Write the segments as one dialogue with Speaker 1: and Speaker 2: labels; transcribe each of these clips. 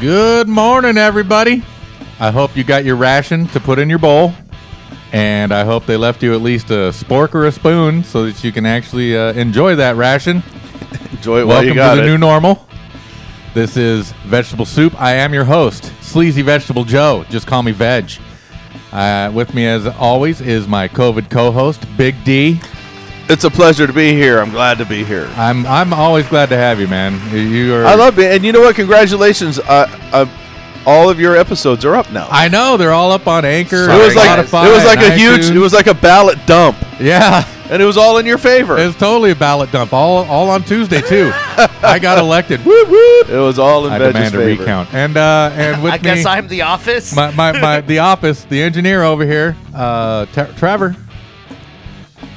Speaker 1: Good morning, everybody. I hope you got your ration to put in your bowl, and I hope they left you at least a spork or a spoon so that you can actually uh, enjoy that ration.
Speaker 2: Enjoy it while
Speaker 1: Welcome
Speaker 2: you
Speaker 1: to
Speaker 2: got
Speaker 1: the
Speaker 2: it.
Speaker 1: new normal. This is Vegetable Soup. I am your host, Sleazy Vegetable Joe. Just call me Veg. Uh, with me, as always, is my COVID co-host, Big D.
Speaker 2: it's a pleasure to be here. I'm glad to be here.
Speaker 1: I'm I'm always glad to have you, man. You- You are.
Speaker 2: I love it. And you know what? Congratulations. Uh, uh, all of your episodes are up now.
Speaker 1: I know they're all up on Anchor.
Speaker 2: it was
Speaker 1: and
Speaker 2: like
Speaker 1: Spotify,
Speaker 2: it was like
Speaker 1: and
Speaker 2: a huge
Speaker 1: iTunes.
Speaker 2: it was like a ballot dump
Speaker 1: yeah.
Speaker 2: and it was all in your favor.
Speaker 1: It's totally a ballot dump. All all on Tuesday too. I got elected.
Speaker 2: Whoop, whoop. It was all in
Speaker 1: I
Speaker 2: Veg's
Speaker 1: demand a
Speaker 2: favor.
Speaker 1: recount. And uh, and with
Speaker 3: I
Speaker 1: me,
Speaker 3: guess I'm the office.
Speaker 1: my, my, my the office, the engineer over here, uh, Tra- Trevor.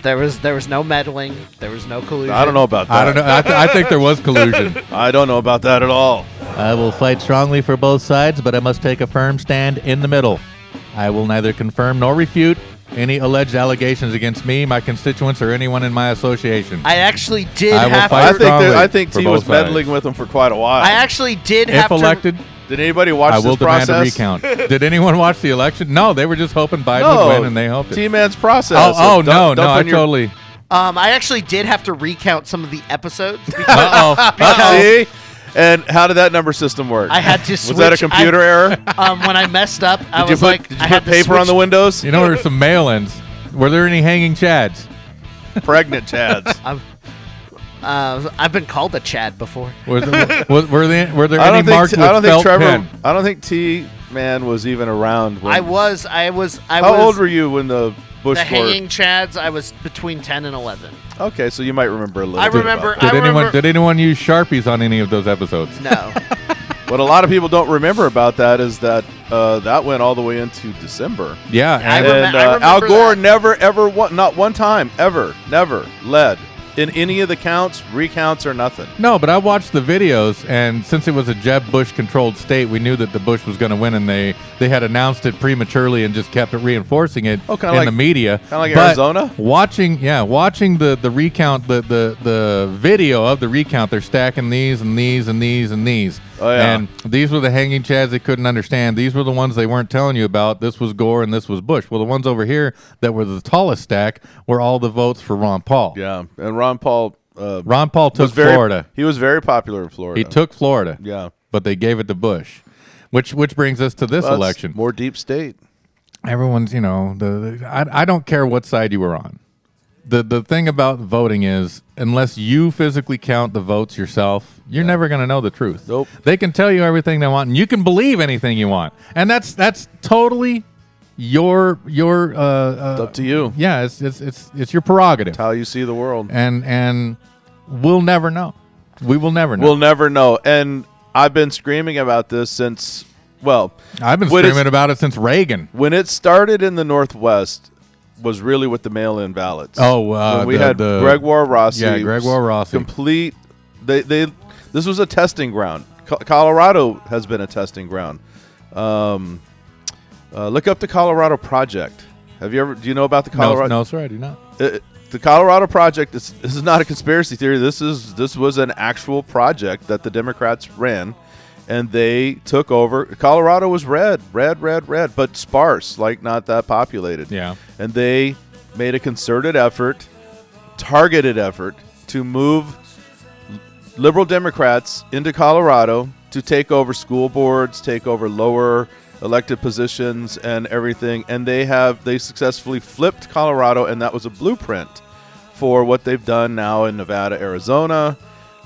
Speaker 3: there was there was no meddling. There was no collusion.
Speaker 2: I don't know about that.
Speaker 1: I don't know. I, th- I think there was collusion.
Speaker 2: I don't know about that at all.
Speaker 1: I will fight strongly for both sides, but I must take a firm stand in the middle. I will neither confirm nor refute any alleged allegations against me, my constituents, or anyone in my association.
Speaker 3: I actually did
Speaker 1: I will
Speaker 3: have.
Speaker 1: fight
Speaker 2: I
Speaker 3: To,
Speaker 1: for-
Speaker 2: think that, I
Speaker 1: Strongly
Speaker 2: think
Speaker 1: for
Speaker 2: T
Speaker 1: both
Speaker 2: was
Speaker 1: sides.
Speaker 2: meddling with him for quite a while.
Speaker 3: I actually did
Speaker 1: if
Speaker 3: have.
Speaker 1: elected,
Speaker 2: Did anybody watch
Speaker 1: I
Speaker 2: this
Speaker 1: will demand
Speaker 2: process?
Speaker 1: a recount. Did anyone watch the election? No, they were just hoping Biden
Speaker 2: No,
Speaker 1: would win, and they hoped it.
Speaker 2: T-Man's process.
Speaker 1: Oh,
Speaker 2: of
Speaker 1: oh
Speaker 2: Uh, dump-
Speaker 1: no, no,
Speaker 2: dumping
Speaker 1: I
Speaker 2: your-
Speaker 1: totally.
Speaker 3: To, um, I actually did have to recount some of the episodes. because
Speaker 1: Uh oh.
Speaker 2: See? And how did that number system work?
Speaker 3: I had to
Speaker 2: Was
Speaker 3: switch.
Speaker 2: that a computer
Speaker 3: I,
Speaker 2: error?
Speaker 3: um, when I messed up, I
Speaker 2: Did
Speaker 3: was
Speaker 2: you put,
Speaker 3: like,
Speaker 2: did
Speaker 3: I
Speaker 2: you
Speaker 3: had
Speaker 2: put
Speaker 3: to
Speaker 2: paper on the
Speaker 3: switch-
Speaker 2: windows?
Speaker 1: You know, there's some mail ins. Were there any hanging chads?
Speaker 2: Pregnant Chads.
Speaker 3: I'm- uh, I've been called a Chad before.
Speaker 1: Was, was, were there, were there
Speaker 2: I
Speaker 1: any
Speaker 2: don't think
Speaker 1: marked
Speaker 2: t-
Speaker 1: with
Speaker 2: I don't think
Speaker 1: felt
Speaker 2: Trevor.
Speaker 1: pen?
Speaker 2: I don't think T Man was even around. When,
Speaker 3: I was. I was. I
Speaker 2: How
Speaker 3: was.
Speaker 2: old were you when the Bush
Speaker 3: the
Speaker 2: court?
Speaker 3: hanging Chads. I was between ten and eleven.
Speaker 2: Okay, so you might remember a little.
Speaker 3: I
Speaker 2: bit
Speaker 3: remember-
Speaker 2: about
Speaker 1: Did
Speaker 3: I
Speaker 1: anyone
Speaker 3: remember-
Speaker 1: did anyone use sharpies on any of those episodes?
Speaker 3: No.
Speaker 2: that. What a lot of people don't remember about that is that uh, that went all the way into December.
Speaker 1: Yeah,
Speaker 3: I
Speaker 1: and
Speaker 2: and
Speaker 3: remember- I
Speaker 2: uh, Al
Speaker 3: remember
Speaker 2: Gore
Speaker 3: that.
Speaker 2: never, ever, one, not one time, ever, never led in any of the counts, recounts, or nothing.
Speaker 1: no, but I watched the videos, and since it was a Jeb Bush controlled state, we knew that the Bush was going to win, and they they had announced it prematurely and just kept it reinforcing it
Speaker 2: Oh,
Speaker 1: in
Speaker 2: kinda
Speaker 1: the
Speaker 2: like-
Speaker 1: media.
Speaker 2: kinda like
Speaker 1: But
Speaker 2: Arizona?
Speaker 1: Watching, yeah, watching the the recount, the the the video of the recount, they're stacking these and these and these and these.
Speaker 2: Oh, yeah.
Speaker 1: And these were the hanging chads they couldn't understand. These were the ones they weren't telling you about. This was Gore and this was Bush. Well, the ones over here that were the tallest stack were all the votes for Ron Paul.
Speaker 2: Yeah, and Ron Paul uh,
Speaker 1: Ron Paul took
Speaker 2: was very.
Speaker 1: Florida.
Speaker 2: He was very popular in Florida.
Speaker 1: He took Florida.
Speaker 2: Yeah.
Speaker 1: But they gave it to Bush. Which which brings us to this
Speaker 2: Well, it's
Speaker 1: election.
Speaker 2: more deep state.
Speaker 1: Everyone's, you know, the, the I, I don't care what side you were on. The the thing about voting is unless you physically count the votes yourself, you're never going to know the truth.
Speaker 2: Nope.
Speaker 1: They can tell you everything they want and you can believe anything you want. And that's that's totally your your uh, uh
Speaker 2: It's up to you.
Speaker 1: yeah, it's it's it's it's your prerogative.
Speaker 2: How you see the world.
Speaker 1: And and we'll never know. We will never know.
Speaker 2: We'll never know. And I've been screaming about this since, well,
Speaker 1: I've been
Speaker 2: What is-
Speaker 1: screaming about it since Reagan.
Speaker 2: when it started in the Northwest was really with the mail-in ballots.
Speaker 1: Oh, uh,
Speaker 2: When we
Speaker 1: the-
Speaker 2: had
Speaker 1: the-
Speaker 2: Gregoire Rossi.
Speaker 1: Yeah, Gregoire Rossi.
Speaker 2: Complete. They they. This was a testing ground. Co- Colorado has been a testing ground. Um, uh, look up the Colorado Project. Have you ever? Do you know about the Colorado?
Speaker 1: No, no, sir, I do not.
Speaker 2: it, Uh, the Colorado project is this is not a conspiracy theory. This is this was an actual project that the Democrats ran, and they took over. Colorado was red, red, red, red, but sparse, like not that populated.
Speaker 1: Yeah.
Speaker 2: and they made a concerted effort, targeted effort to move liberal Democrats into Colorado to take over school boards, take over lower elected positions and everything. And they have they successfully flipped Colorado, and that was a blueprint for what they've done now in Nevada, Arizona,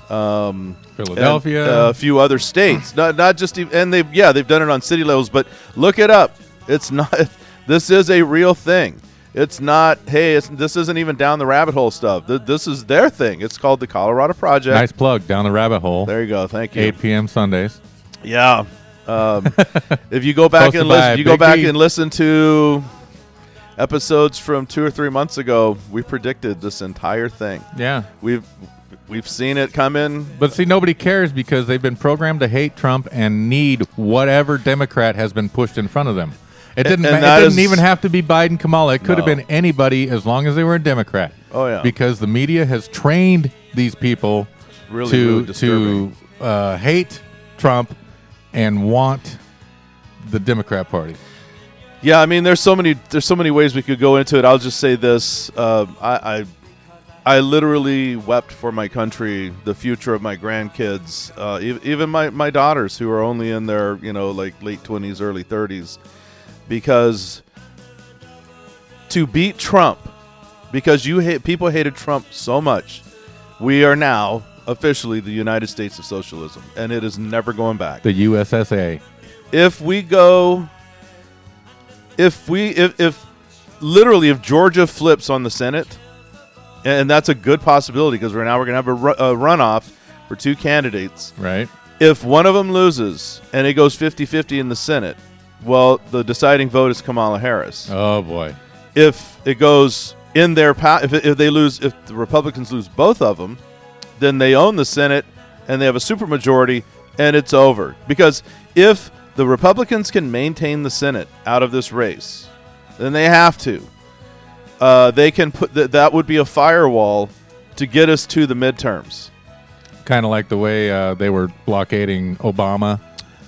Speaker 2: um,
Speaker 1: Philadelphia.
Speaker 2: and, uh, a few other states. Not not just even, and they yeah they've done it on city levels, but look it up. It's not. This is a real thing. It's not. Hey, it's, this isn't even down the rabbit hole stuff. Th- This is their thing. It's called the Colorado Project.
Speaker 1: nice plug down the rabbit hole.
Speaker 2: There you go. Thank you.
Speaker 1: 8 p.m. Sundays.
Speaker 2: Yeah. Um, if you go back
Speaker 1: Hosted
Speaker 2: and
Speaker 1: by
Speaker 2: listen, you go
Speaker 1: Big
Speaker 2: back
Speaker 1: D.
Speaker 2: and listen to episodes from two or three months ago. We predicted this entire thing.
Speaker 1: Yeah.
Speaker 2: We've we've seen it come in.
Speaker 1: But see, nobody cares because they've been programmed to hate Trump and need whatever Democrat has been pushed in front of them. It didn't.
Speaker 2: and
Speaker 1: ma-
Speaker 2: that
Speaker 1: it didn't
Speaker 2: is-
Speaker 1: even have to be Biden, Kamala. It could have
Speaker 2: No.
Speaker 1: been anybody as long as they were a Democrat.
Speaker 2: Oh, yeah.
Speaker 1: Because the media has trained these people
Speaker 2: really,
Speaker 1: to
Speaker 2: really disturbing.
Speaker 1: to uh, hate Trump and want the Democrat Party.
Speaker 2: Yeah, I mean, there's so many there's so many ways we could go into it. I'll just say this: uh, I, I I literally wept for my country, the future of my grandkids, uh, e- even my my daughters who are only in their you know like late twenties, early thirties, because to beat Trump, because you hate people hated Trump so much, we are now officially the United States of Socialism, and it is never going back
Speaker 1: The USSA.
Speaker 2: if we go if we if, if literally if georgia flips on the senate and that's a good possibility because right now we're going to have a, ru- a runoff for two candidates
Speaker 1: Right.
Speaker 2: if one of them loses and it goes 50-50 in the senate well the deciding vote is kamala harris
Speaker 1: Oh boy.
Speaker 2: if it goes in their power, if, if they lose, if the Republicans lose both of them, then they own the Senate and they have a supermajority, and it's over. Because if the Republicans can maintain the Senate out of this race, then they have to. Uh, they can put th- that would be a firewall to get us to the midterms.
Speaker 1: Kind of like the way uh, they were blockading Obama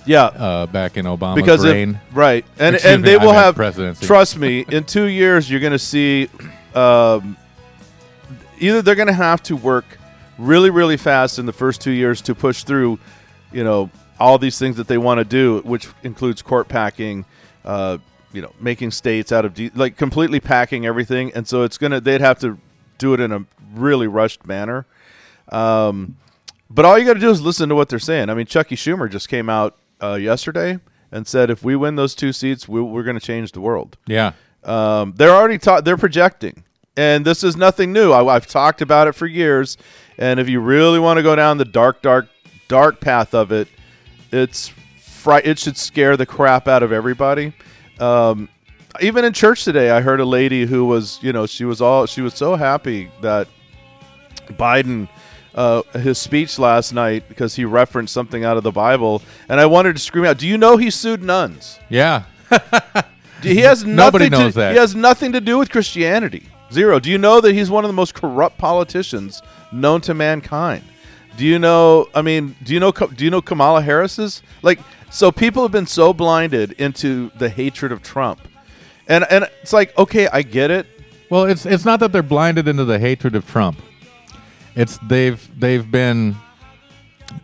Speaker 2: Yeah,
Speaker 1: uh, back in Obama's
Speaker 2: because if-
Speaker 1: reign.
Speaker 2: right, and
Speaker 1: Excuse
Speaker 2: and
Speaker 1: me,
Speaker 2: they
Speaker 1: I
Speaker 2: will
Speaker 1: meant
Speaker 2: have
Speaker 1: presidency.
Speaker 2: Trust me, in two years you're going to see um, either they're going to have to work really really fast in the first two years to push through, you know, all these things that they want to do, which includes court packing. Uh, you know, making states out of de- like completely packing everything, and so it's gonna they'd have to do it in a really rushed manner. Um, but all you got to do is listen to what they're saying. I mean, Chucky Schumer just came out uh, yesterday and said, if we win those two seats, we, we're going to change the world.
Speaker 1: yeah.
Speaker 2: Um, they're already taught. They're projecting, and this is nothing new. I, I've talked about it for years. And if you really want to go down the dark, dark, dark path of it, it's fri- It should scare the crap out of everybody. Um, even in church today, I heard a lady who was, you know, she was all she was so happy that Biden. Uh, his speech last night because he referenced something out of the Bible, and I wanted to scream out, "Do you know he sued nuns?"
Speaker 1: Yeah.
Speaker 2: He has
Speaker 1: Nobody
Speaker 2: nothing to-
Speaker 1: knows that.
Speaker 2: He has nothing to do with Christianity. Zero. Do you know that he's one of the most corrupt politicians known to mankind? Do you know? I mean, do you know? Ka- Do you know Kamala Harris's? Like, so people have been so blinded into the hatred of Trump, and and it's like, okay, I get it.
Speaker 1: Well, it's it's not that they're blinded into the hatred of Trump. It's they've they've been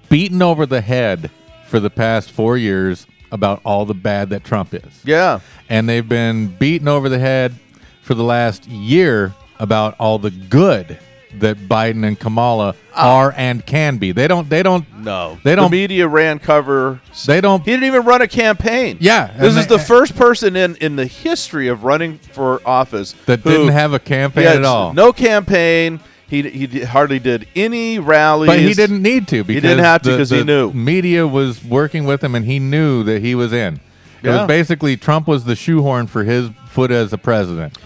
Speaker 1: beaten over the head for the past 4 years about all the bad that Trump is.
Speaker 2: Yeah,
Speaker 1: and they've been beaten over the head for the last year about all the good that Biden and Kamala are and can be. They don't. They don't.
Speaker 2: Ah. no,
Speaker 1: They
Speaker 2: The
Speaker 1: don't-
Speaker 2: media ran cover.
Speaker 1: They don't.
Speaker 2: He didn't even run a campaign.
Speaker 1: Yeah,
Speaker 2: this
Speaker 1: and
Speaker 2: is
Speaker 1: they-
Speaker 2: the first person in in the history of running for office
Speaker 1: that
Speaker 2: who-
Speaker 1: didn't have a campaign
Speaker 2: Yeah,
Speaker 1: at all.
Speaker 2: No campaign. He he d- hardly did any rallies.
Speaker 1: But he didn't need to. Because
Speaker 2: didn't have to
Speaker 1: the-
Speaker 2: 'cause he
Speaker 1: the
Speaker 2: knew.
Speaker 1: media was working with him, and he knew that he was in. It
Speaker 2: Yeah.
Speaker 1: was basically Trump was the shoehorn for his foot as a president.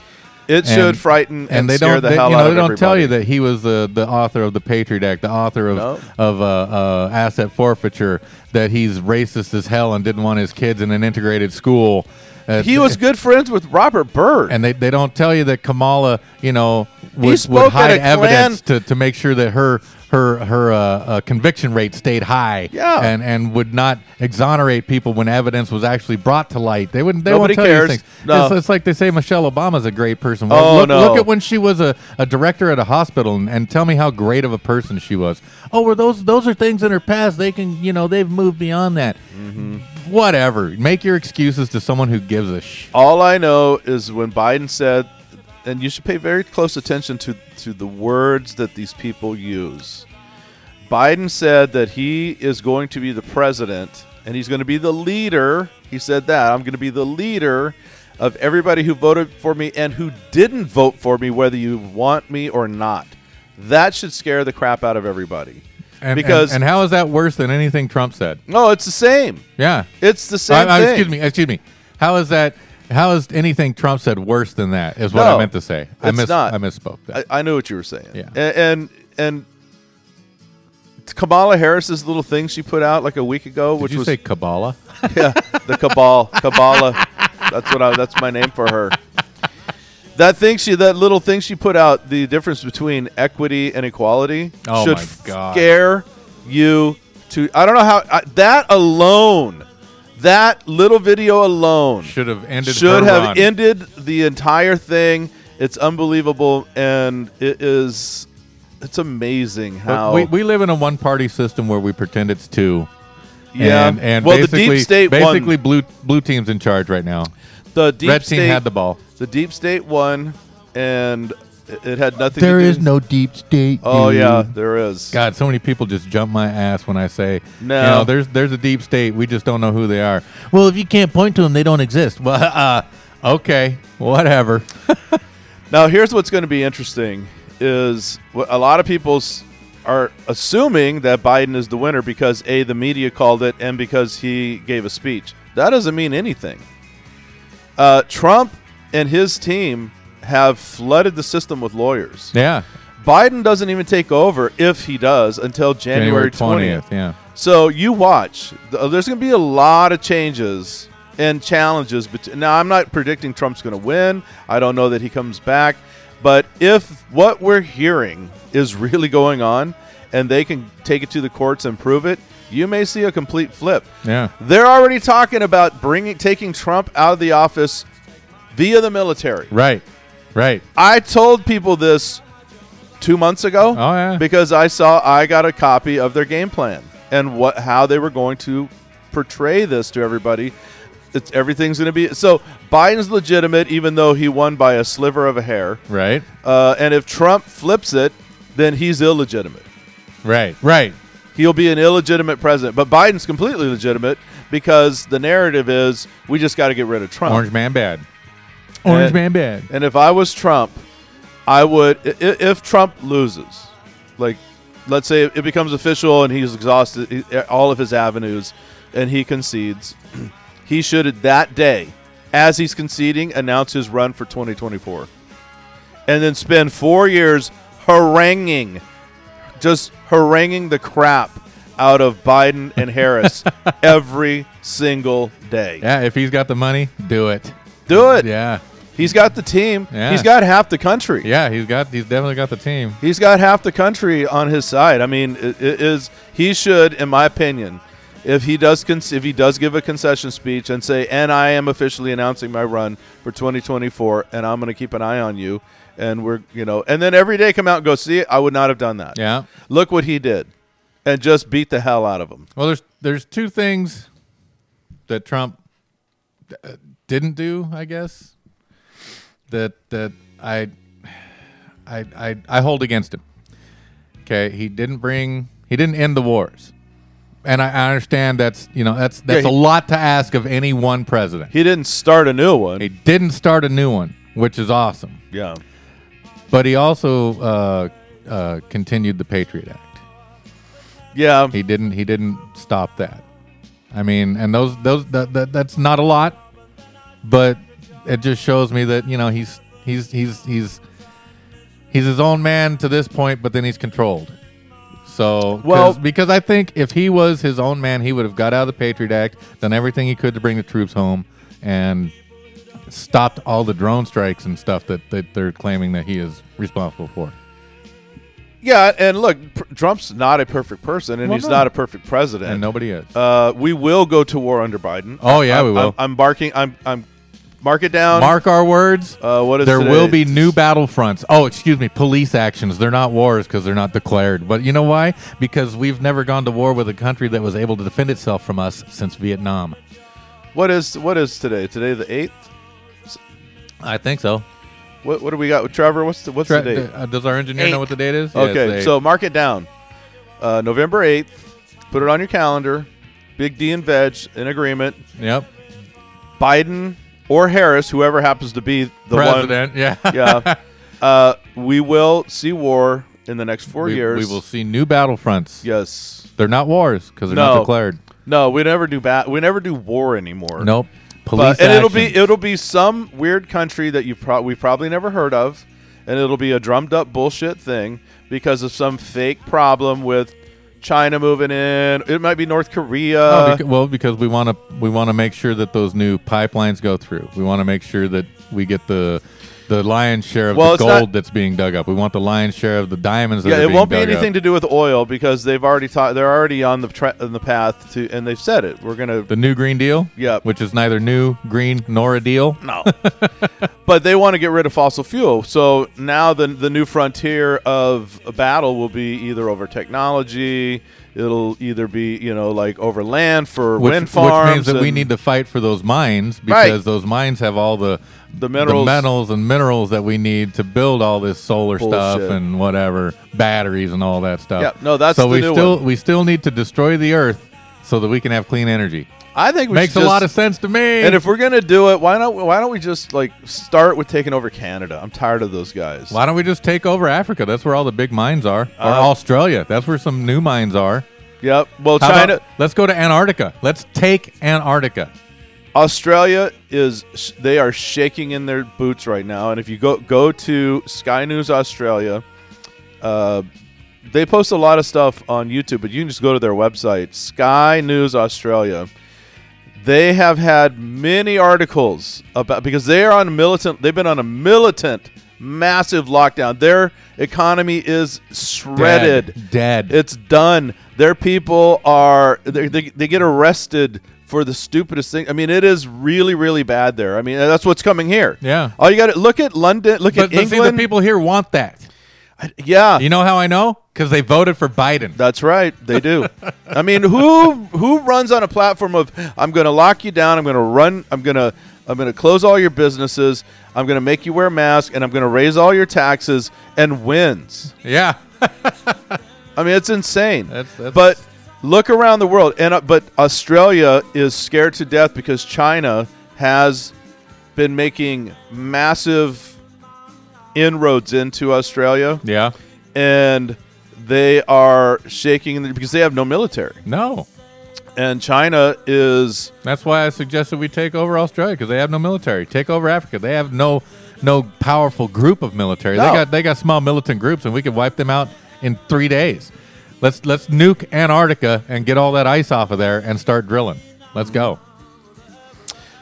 Speaker 2: It
Speaker 1: And-
Speaker 2: should frighten and,
Speaker 1: they
Speaker 2: scare
Speaker 1: don't.
Speaker 2: the
Speaker 1: they,
Speaker 2: hell
Speaker 1: you know,
Speaker 2: out
Speaker 1: they
Speaker 2: of
Speaker 1: don't
Speaker 2: everybody.
Speaker 1: tell you that he was the the author of the Patriot Act, the author of
Speaker 2: No.
Speaker 1: of uh, uh, asset forfeiture, that he's racist as hell and didn't want his kids in an integrated school. Uh,
Speaker 2: he was good friends with Robert Byrd.
Speaker 1: and they, they don't tell you that Kamala, you know, would,
Speaker 2: spoke
Speaker 1: would
Speaker 2: at
Speaker 1: hide
Speaker 2: a Klan-
Speaker 1: evidence to, to make sure that her her her uh, uh, conviction rate stayed high,
Speaker 2: Yeah.
Speaker 1: and and would not exonerate people when evidence was actually brought to light. They wouldn't. They
Speaker 2: Nobody
Speaker 1: won't tell
Speaker 2: cares.
Speaker 1: you things.
Speaker 2: No.
Speaker 1: It's, it's like they say Michelle Obama's a great person. Well,
Speaker 2: Oh,
Speaker 1: look,
Speaker 2: no.
Speaker 1: look at when she was a, a director at a hospital, and, and tell me how great of a person she was. Oh, were those those are things in her past? They can you know they've moved beyond that.
Speaker 2: Mm-hmm.
Speaker 1: Whatever. Make your excuses to someone who gives a sh.
Speaker 2: All I know is when Biden said, and you should pay very close attention to, to the words that these people use. Biden said that he is going to be the president and he's going to be the leader. He said that. I'm going to be the leader of everybody who voted for me and who didn't vote for me, whether you want me or not. That should scare the crap out of everybody.
Speaker 1: And,
Speaker 2: because,
Speaker 1: and, and how is that worse than anything Trump said?
Speaker 2: no, it's the same.
Speaker 1: Yeah.
Speaker 2: It's the same
Speaker 1: I- I-
Speaker 2: thing.
Speaker 1: Excuse me. Excuse me. How is that? How is anything Trump said worse than that? Is what
Speaker 2: No,
Speaker 1: I meant to say. I
Speaker 2: it's
Speaker 1: mis-
Speaker 2: not.
Speaker 1: I misspoke. That.
Speaker 2: I, I knew what you were saying.
Speaker 1: Yeah.
Speaker 2: A- And, and Kamala Harris's little thing she put out like a week ago,
Speaker 1: Did
Speaker 2: which
Speaker 1: you
Speaker 2: was
Speaker 1: say Kabbalah?
Speaker 2: yeah, the cabal, Kabbalah. That's what I. That's my name for her. That thing she, that little thing she put out, the difference between equity and equality
Speaker 1: Oh
Speaker 2: should
Speaker 1: my God.
Speaker 2: scare you to. I don't know how I, that alone That little video alone
Speaker 1: Should have ended.
Speaker 2: should
Speaker 1: her
Speaker 2: have
Speaker 1: run.
Speaker 2: ended the entire thing. It's unbelievable, and it is. It's amazing
Speaker 1: But
Speaker 2: how
Speaker 1: we, we live in a one party system where we pretend it's two.
Speaker 2: yeah.
Speaker 1: And, and
Speaker 2: well, the
Speaker 1: basically,
Speaker 2: deep state
Speaker 1: basically
Speaker 2: won.
Speaker 1: blue blue team's in charge right now.
Speaker 2: The deep
Speaker 1: Red
Speaker 2: state
Speaker 1: team had the ball.
Speaker 2: The deep state won, and it- it had nothing.
Speaker 1: There
Speaker 2: to do.
Speaker 1: is no deep state.
Speaker 2: Oh
Speaker 1: dude.
Speaker 2: yeah, there is.
Speaker 1: God, so many people just jump my ass when I say,
Speaker 2: No.
Speaker 1: you know, there's there's a deep state. We just don't know who they are. Well, if you can't point to them, they don't exist. Well, uh, okay, whatever.
Speaker 2: Now here's what's going to be interesting: is what a lot of people s- are assuming that Biden is the winner because a the media called it and because he gave a speech. That doesn't mean anything. Uh, Trump and his team have flooded the system with lawyers.
Speaker 1: Yeah,
Speaker 2: Biden doesn't even take over if he does until January twentieth.
Speaker 1: Yeah,
Speaker 2: So you watch. Th- There's going to be a lot of changes and challenges. bet- Now, I'm not predicting Trump's going to win. I don't know that he comes back. But if what we're hearing is really going on and they can take it to the courts and prove it, you may see a complete flip.
Speaker 1: yeah.
Speaker 2: They're already talking about bringing taking Trump out of the office via the military.
Speaker 1: Right, right.
Speaker 2: I told people this two months ago
Speaker 1: Oh, yeah.
Speaker 2: because I saw I got a copy of their game plan and what how they were going to portray this to everybody. It's everything's going to be so Biden's legitimate, even though he won by a sliver of a hair.
Speaker 1: Right,
Speaker 2: Uh, and if Trump flips it, then he's illegitimate.
Speaker 1: right, right.
Speaker 2: He'll be an illegitimate president. But Biden's completely legitimate because the narrative is we just got to get rid of Trump.
Speaker 1: Orange man bad. Orange
Speaker 2: And-
Speaker 1: man bad.
Speaker 2: And if I was Trump, I would i- i- if Trump loses, like let's say it becomes official and he's exhausted he- e, all of his avenues and he concedes, he should at that day as he's conceding announce his run for 2024. And then spend 4 years haranguing just haranguing the crap out of Biden and Harris every single day.
Speaker 1: Yeah, if he's got the money, do it.
Speaker 2: Do it.
Speaker 1: Yeah,
Speaker 2: He's got the team.
Speaker 1: Yeah.
Speaker 2: He's got half the country.
Speaker 1: yeah. He's got. He's definitely got the team.
Speaker 2: He's got half the country on his side. I mean, it, it is he should, in my opinion, if he does con- if he does give a concession speech and say, "And I am officially announcing my run for 2024, and I'm going to keep an eye on you," and we're you know, and then every day come out and go see it. I would not have done that.
Speaker 1: Yeah.
Speaker 2: Look what he did, and just beat the hell out of him.
Speaker 1: Well, there's there's two things that Trump uh, didn't do, I guess. That that I I I, I hold against him. Okay, he didn't bring he didn't end the wars, and I, I understand that's you know that's that's
Speaker 2: he-
Speaker 1: a lot to ask of any one president.
Speaker 2: He didn't start a new one.
Speaker 1: He didn't start a new one, which is awesome.
Speaker 2: yeah.
Speaker 1: But he also uh, uh, continued the Patriot Act.
Speaker 2: Yeah.
Speaker 1: He didn't. He didn't stop that. I mean, and those those that, that that's not a lot, but it just shows me that you know he's he's he's he's he's his own man to this point, but then he's controlled. So 'cause-
Speaker 2: Well-
Speaker 1: because I think if he was his own man, he would have got out of the Patriot Act, done everything he could to bring the troops home, and stopped all the drone strikes and stuff that, that they're claiming that he is responsible for.
Speaker 2: yeah, and look, pr- Trump's not a perfect person, and
Speaker 1: Well,
Speaker 2: he's
Speaker 1: no.
Speaker 2: not a perfect president.
Speaker 1: And nobody is.
Speaker 2: Uh, we will go to war under Biden.
Speaker 1: Oh, yeah,
Speaker 2: I'm-
Speaker 1: we will.
Speaker 2: I'm, I'm barking. I'm. I'm. Mark it down.
Speaker 1: Mark our words.
Speaker 2: Uh, what is
Speaker 1: there
Speaker 2: today?
Speaker 1: will be new battlefronts. Oh, excuse me, police actions. They're not wars because they're not declared. But you know why? Because we've never gone to war with a country that was able to defend itself from us since Vietnam.
Speaker 2: What is what is today? Today the eighth.
Speaker 1: I think so.
Speaker 2: What what do we got with Trevor? What's the what's
Speaker 1: Tra-
Speaker 2: the date?
Speaker 1: uh, does our engineer know
Speaker 3: Eight.
Speaker 1: what the date is? Yeah, it's
Speaker 2: okay,
Speaker 1: eight.
Speaker 2: so mark it down. Uh, November eighth. Put it on your calendar. Big D and Veg in agreement.
Speaker 1: yep,
Speaker 2: Biden or Harris, whoever happens to be the
Speaker 1: president. yeah,
Speaker 2: one. Yeah. uh, we will see war in the next four
Speaker 1: we,
Speaker 2: years.
Speaker 1: we will see new battlefronts.
Speaker 2: Yes.
Speaker 1: They're not wars because they're
Speaker 2: No.
Speaker 1: not declared.
Speaker 2: No, we never do bat. We never do war anymore.
Speaker 1: Nope. Police
Speaker 2: But, and it'll be
Speaker 1: actions.
Speaker 2: it'll be some weird country that you pro- we probably never heard of, and it'll be a drummed up bullshit thing because of some fake problem with China moving in. It might be North Korea.
Speaker 1: Oh, becau- well, because we want to we want to make sure that those new pipelines go through. We want to make sure that we get the the lion's share of
Speaker 2: Well,
Speaker 1: the
Speaker 2: it's
Speaker 1: gold
Speaker 2: not-
Speaker 1: that's being dug up. We want the lion's share of the diamonds. That
Speaker 2: Yeah,
Speaker 1: are
Speaker 2: it
Speaker 1: being
Speaker 2: won't be
Speaker 1: dug up.
Speaker 2: anything to do with oil because they've already taught. They're already on the tra- on the path to, and they've said it. We're gonna
Speaker 1: The new green deal.
Speaker 2: Yep.
Speaker 1: Which is neither new green nor a deal.
Speaker 2: no, but they want to get rid of fossil fuel. So now the the new frontier of a battle will be either over technology. It'll either be you know like over land for
Speaker 1: Which,
Speaker 2: wind
Speaker 1: which
Speaker 2: farms.
Speaker 1: means that we
Speaker 2: and-
Speaker 1: need to fight for those mines
Speaker 2: Right.
Speaker 1: because those mines have all the
Speaker 2: The minerals.
Speaker 1: the metals and minerals that we need to build all this solar stuff
Speaker 2: Bullshit.
Speaker 1: and whatever batteries and all that stuff.
Speaker 2: Yeah, no, that's
Speaker 1: so
Speaker 2: the
Speaker 1: we
Speaker 2: new
Speaker 1: still
Speaker 2: one.
Speaker 1: we still need to destroy the earth so that we can have clean energy.
Speaker 2: I think we
Speaker 1: Makes
Speaker 2: should
Speaker 1: a lot
Speaker 2: just-
Speaker 1: of sense to me.
Speaker 2: And if we're gonna do it, why not? Why don't we just like start with taking over Canada? I'm tired of those guys.
Speaker 1: why don't we just take over Africa? That's where all the big mines are. or
Speaker 2: Uh,
Speaker 1: Australia. That's where some new mines are.
Speaker 2: Yep. Well,
Speaker 1: How
Speaker 2: China,
Speaker 1: about- let's go to Antarctica. Let's take Antarctica.
Speaker 2: Australia is sh- they are shaking in their boots right now. And if you go go to Sky News Australia, uh, they post a lot of stuff on YouTube, but you can just go to their website, Sky News Australia. They have had many articles about because they are on militant. They've been on a militant, massive lockdown. Their economy is shredded.
Speaker 1: Dead. Dead.
Speaker 2: It's done. Their people are they, they, they get arrested for the stupidest thing. I mean, it is really really bad there. I mean, that's what's coming here.
Speaker 1: Yeah.
Speaker 2: All you got to look at London. Look
Speaker 1: but
Speaker 2: at
Speaker 1: but see, the
Speaker 2: England.
Speaker 1: people here want that.
Speaker 2: yeah.
Speaker 1: You know how I know? Because they voted for Biden.
Speaker 2: That's right. They do. I mean, who who runs on a platform of I'm going to lock you down, I'm going to run, I'm going to I'm going to close all your businesses, I'm going to make you wear masks and I'm going to raise all your taxes and wins.
Speaker 1: Yeah.
Speaker 2: I mean, it's insane.
Speaker 1: That's- that's-
Speaker 2: but look around the world, and uh, but Australia is scared to death because China has been making massive inroads into Australia,
Speaker 1: yeah.
Speaker 2: and they are shaking the- because they have no military,
Speaker 1: No.
Speaker 2: and China is
Speaker 1: That's why I suggested we take over Australia because they have no military. Take over Africa. They have no no powerful group of military. They
Speaker 2: No.
Speaker 1: got they got small militant groups and we could wipe them out in three days. Let's let's nuke Antarctica and get all that ice off of there and start drilling. Let's go.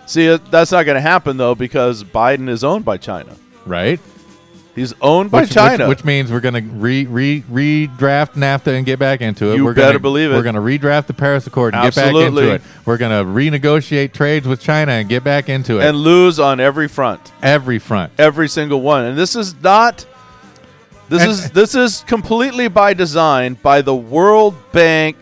Speaker 2: see uh, that's not going to happen though because Biden is owned by China.
Speaker 1: Right?
Speaker 2: He's owned by China.
Speaker 1: Which, means we're going to re, re, redraft NAFTA and get back into it.
Speaker 2: You
Speaker 1: we're
Speaker 2: better
Speaker 1: gonna,
Speaker 2: believe it.
Speaker 1: We're going to redraft the Paris Accord and
Speaker 2: Absolutely.
Speaker 1: get back into it. We're going to renegotiate trades with China and get back into it.
Speaker 2: and lose on every front.
Speaker 1: every front.
Speaker 2: every single one. And this is not this
Speaker 1: And-
Speaker 2: is this is completely by design by the World Bank,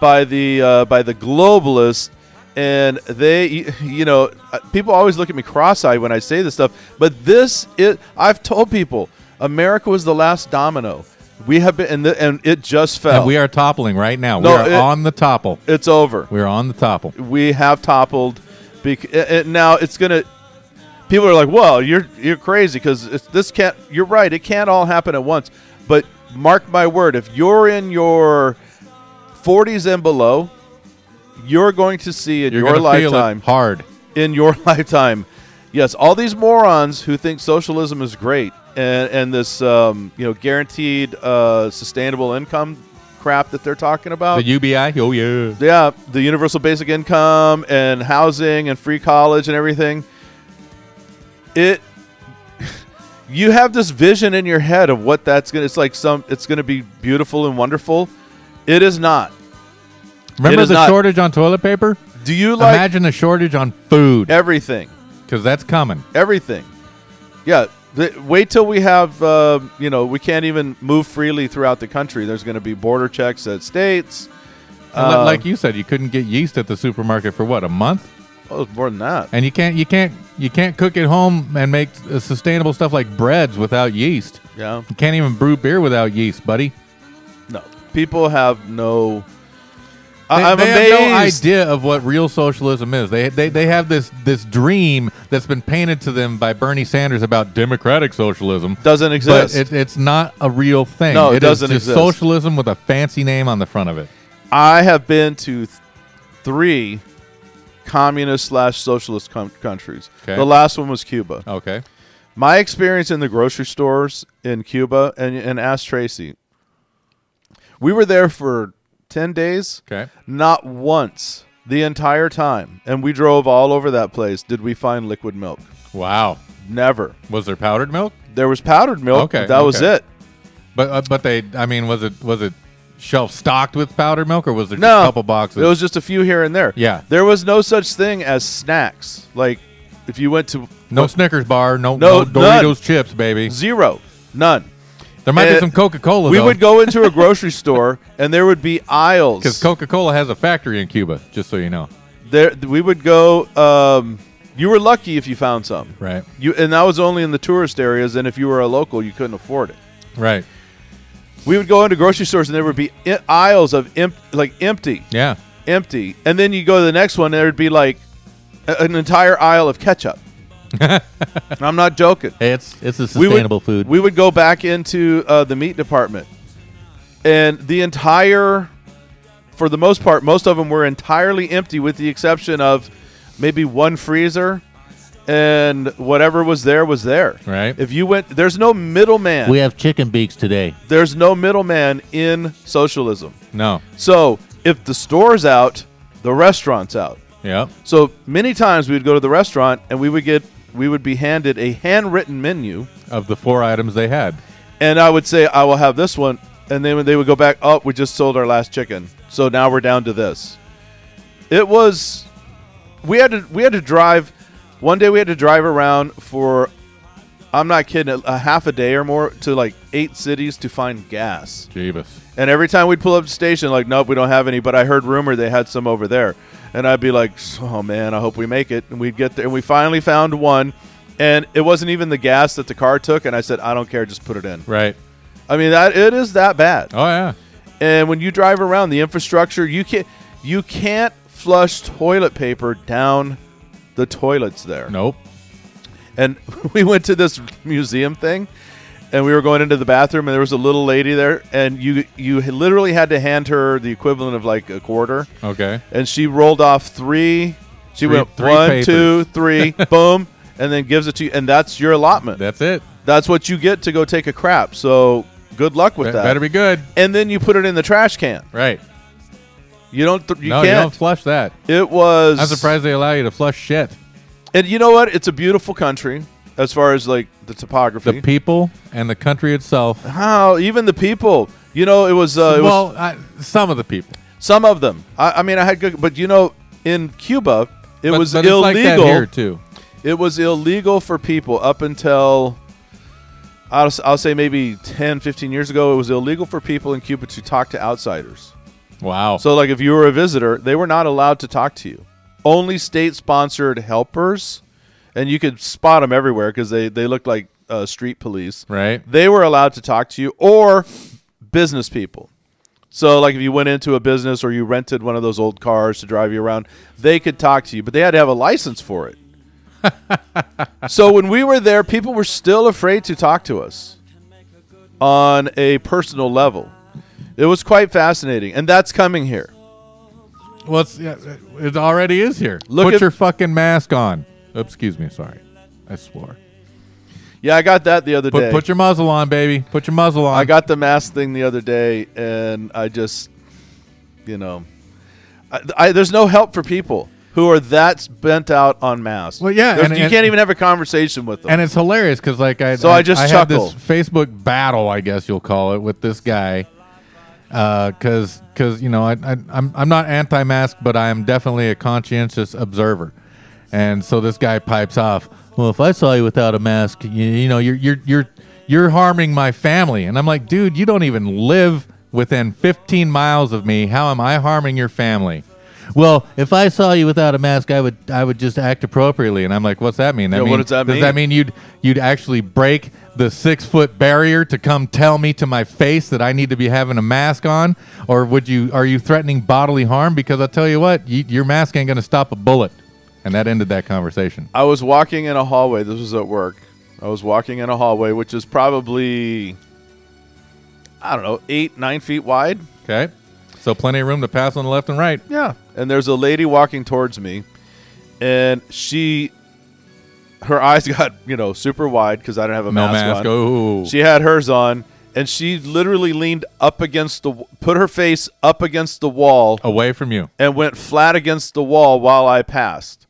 Speaker 2: by the uh, by the globalists, and they you know uh, people always look at me cross-eyed when I say this stuff. But this it I've told people America was the last domino. We have been and, the, and it just fell.
Speaker 1: And we are toppling right now.
Speaker 2: No,
Speaker 1: we are
Speaker 2: it-
Speaker 1: on the topple.
Speaker 2: it's over.
Speaker 1: We're on the topple.
Speaker 2: we have toppled. Bec- it, it- now it's gonna. People are like, "Well, you're you're crazy because this can't." You're right. It can't all happen at once. But mark my word, if you're in your 40s and below, you're going to see in
Speaker 1: You're
Speaker 2: your
Speaker 1: gonna feel it
Speaker 2: lifetime,
Speaker 1: hard.
Speaker 2: in your lifetime, yes, all these morons who think socialism is great and and this um, you know guaranteed uh, sustainable income crap that they're talking about
Speaker 1: The UBI. Oh yeah.
Speaker 2: yeah, the universal basic income and housing and free college and everything. It you have this vision in your head of what that's going to it's like some it's going to be beautiful and wonderful. It is not.
Speaker 1: Remember
Speaker 2: is
Speaker 1: the
Speaker 2: not-
Speaker 1: shortage on toilet paper?
Speaker 2: Do you like
Speaker 1: Imagine the shortage on food
Speaker 2: everything?
Speaker 1: because that's coming.
Speaker 2: Everything. Yeah, th- wait till we have uh, you know, we can't even move freely throughout the country. There's going to be border checks at states.
Speaker 1: And li-
Speaker 2: Um,
Speaker 1: like you said, you couldn't get yeast at the supermarket for what a month.
Speaker 2: Oh, it's more than that.
Speaker 1: and you can't you can't you can't cook at home and make uh, sustainable stuff like breads without yeast.
Speaker 2: Yeah.
Speaker 1: You can't even brew beer without yeast, buddy.
Speaker 2: No. People have no.
Speaker 1: They,
Speaker 2: I, I'm
Speaker 1: they have
Speaker 2: amazed.
Speaker 1: no idea of what real socialism is. They, they they have this this dream that's been painted to them by Bernie Sanders about democratic socialism.
Speaker 2: Doesn't
Speaker 1: But
Speaker 2: exist.
Speaker 1: it, it's not a real thing.
Speaker 2: No, it
Speaker 1: is
Speaker 2: doesn't
Speaker 1: just
Speaker 2: exist.
Speaker 1: Socialism with a fancy name on the front of it.
Speaker 2: I have been to th- three communist slash socialist com- countries.
Speaker 1: Okay. Uh.
Speaker 2: The last one was Cuba.
Speaker 1: Okay.
Speaker 2: My experience in the grocery stores in Cuba, and, and ask Tracy. We were there for ten days.
Speaker 1: Okay.
Speaker 2: Not once the entire time, and we drove all over that place. Did we find liquid milk?
Speaker 1: Wow.
Speaker 2: Never.
Speaker 1: Was there powdered milk?
Speaker 2: There was powdered milk.
Speaker 1: Okay,
Speaker 2: but that was
Speaker 1: okay.
Speaker 2: it.
Speaker 1: But uh, but they, I mean, was it was it shelf stocked with powdered milk, or was there just
Speaker 2: No,
Speaker 1: a couple boxes?
Speaker 2: It was just a few here and there.
Speaker 1: Yeah.
Speaker 2: There was no such thing as snacks. Like if you went to
Speaker 1: no Snickers bar, no
Speaker 2: No,
Speaker 1: no,
Speaker 2: none.
Speaker 1: Doritos chips, baby.
Speaker 2: zero, none.
Speaker 1: There might
Speaker 2: Uh,
Speaker 1: be some Coca Cola.
Speaker 2: We would go into a grocery store and there would be aisles.
Speaker 1: because Coca Cola has a factory in Cuba, just so you know.
Speaker 2: there we would go um, you were lucky if you found some.
Speaker 1: Right,
Speaker 2: You and that was only in the tourist areas and if you were a local you couldn't afford it.
Speaker 1: right,
Speaker 2: We would go into grocery stores and there would be i- aisles of imp- like empty,
Speaker 1: yeah,
Speaker 2: empty. And then you go to the next one and there'd be like a- an entire aisle of ketchup. And I'm not joking.
Speaker 1: it's it's a
Speaker 2: We would-
Speaker 1: sustainable food.
Speaker 2: We would go back into uh, the meat department, and the entire, for the most part, most of them were entirely empty, with the exception of maybe one freezer, and whatever was there was there.
Speaker 1: Right.
Speaker 2: If you went, there's no middleman.
Speaker 1: have chicken beaks today.
Speaker 2: there's no middleman in socialism.
Speaker 1: No,
Speaker 2: So if the store's out, the restaurant's out.
Speaker 1: yeah,
Speaker 2: So many times we would go to the restaurant and we would get we would be handed a handwritten menu.
Speaker 1: of the four items they had.
Speaker 2: and I would say I will have this one, and then they would go back. Oh, we just sold our last chicken, so now we're down to this. It was we had to we had to drive. One day we had to drive around for I'm not kidding a, a half a day or more to like eight cities to find gas.
Speaker 1: Jeebus.
Speaker 2: And every time we'd pull up to the station, like, nope, we don't have any. But I heard rumor they had some over there, and I'd be like, oh man, I hope we make it. And we'd get there, and we finally found one, and it wasn't even the gas that the car took. And I said, I don't care, just put it in.
Speaker 1: Right.
Speaker 2: I mean that it is that bad.
Speaker 1: Oh yeah.
Speaker 2: And when you drive around the infrastructure, you can't you can't flush toilet paper down the toilets there.
Speaker 1: Nope.
Speaker 2: And we went to this museum thing and we were going into the bathroom and there was a little lady there and you you literally had to hand her the equivalent of like a quarter
Speaker 1: Okay.
Speaker 2: and she rolled off three she
Speaker 1: Three-
Speaker 2: went
Speaker 1: three
Speaker 2: one,
Speaker 1: papers.
Speaker 2: two, three, boom, and then gives it to you and that's your allotment.
Speaker 1: That's it.
Speaker 2: that's what you get to go take a crap. So good luck with
Speaker 1: Be-
Speaker 2: that.
Speaker 1: Better be good.
Speaker 2: and then you put it in the trash can.
Speaker 1: Right.
Speaker 2: You don't. Th- you
Speaker 1: no, you
Speaker 2: can't.
Speaker 1: don't flush that.
Speaker 2: it was.
Speaker 1: I'm surprised they allow you to flush shit.
Speaker 2: And you know what? It's a beautiful country as far as like the
Speaker 1: The
Speaker 2: topography.
Speaker 1: people and the country itself.
Speaker 2: How even the people. You know, it was. Uh, it
Speaker 1: well,
Speaker 2: was
Speaker 1: I, some of the people.
Speaker 2: some of them. I, I mean, I had good, but you know, in Cuba, it
Speaker 1: But-
Speaker 2: was
Speaker 1: but
Speaker 2: illegal.
Speaker 1: It's like that here too.
Speaker 2: It was illegal for people up until. I'll, s- I'll say maybe 10, 15 years ago, it was illegal for people in Cuba to talk to outsiders.
Speaker 1: Wow.
Speaker 2: So, like, if you were a visitor, they were not allowed to talk to you. Only state sponsored helpers, and you could spot them everywhere because they, they looked like uh, street police.
Speaker 1: right.
Speaker 2: They were allowed to talk to you or business people. So, like, if you went into a business or you rented one of those old cars to drive you around, they could talk to you, but they had to have a license for it. so, when we were there, people were still afraid to talk to us on a personal level. It was quite fascinating, and that's coming here.
Speaker 1: Well, it's, yeah, it already is here.
Speaker 2: Look
Speaker 1: Put
Speaker 2: at-
Speaker 1: your fucking mask on. Oops, excuse me. Sorry, I swore.
Speaker 2: Yeah, I got that the other
Speaker 1: Put
Speaker 2: day.
Speaker 1: put your muzzle on, baby. Put your muzzle on.
Speaker 2: I got the mask thing the other day, and I just, you know, I, I, there's no help for people who are that bent out on masks.
Speaker 1: Well, yeah,
Speaker 2: There's-
Speaker 1: and-
Speaker 2: you
Speaker 1: and-
Speaker 2: can't even have a conversation with them.
Speaker 1: and it's hilarious because like I
Speaker 2: So I just
Speaker 1: had
Speaker 2: chuckled.
Speaker 1: this Facebook battle, I guess you'll call it, with this guy. Because because you know I, I I'm I'm not anti-mask, but I am definitely a conscientious observer, and so this guy pipes off. Well, if I saw you without a mask, you, you know you're you're you're you're harming my family, and I'm like, dude, you don't even live within 15 miles of me. How am I harming your family? Well, if I saw you without a mask, I would I would just act appropriately, and I'm like, what's that mean? That
Speaker 2: Yeah, what does that
Speaker 1: does
Speaker 2: mean?
Speaker 1: that mean? mean you'd you'd actually break the six foot barrier to come tell me to my face that I need to be having a mask on, or would you? Are you threatening bodily harm? Because I tell you what, you, your mask ain't gonna stop a bullet. And that ended that conversation.
Speaker 2: I was walking in a hallway. This was at work. I was walking in a hallway, which is probably, I don't know, eight, nine feet wide.
Speaker 1: Okay, so plenty of room to pass on the left and right.
Speaker 2: Yeah. And there's a lady walking towards me, and she, her eyes got you know super wide because I didn't have a
Speaker 1: No
Speaker 2: mask,
Speaker 1: mask.
Speaker 2: on.
Speaker 1: Oh,
Speaker 2: She had hers on, and she literally leaned up against the, w- put her face up against the wall
Speaker 1: away from you.
Speaker 2: and went flat against the wall while I passed.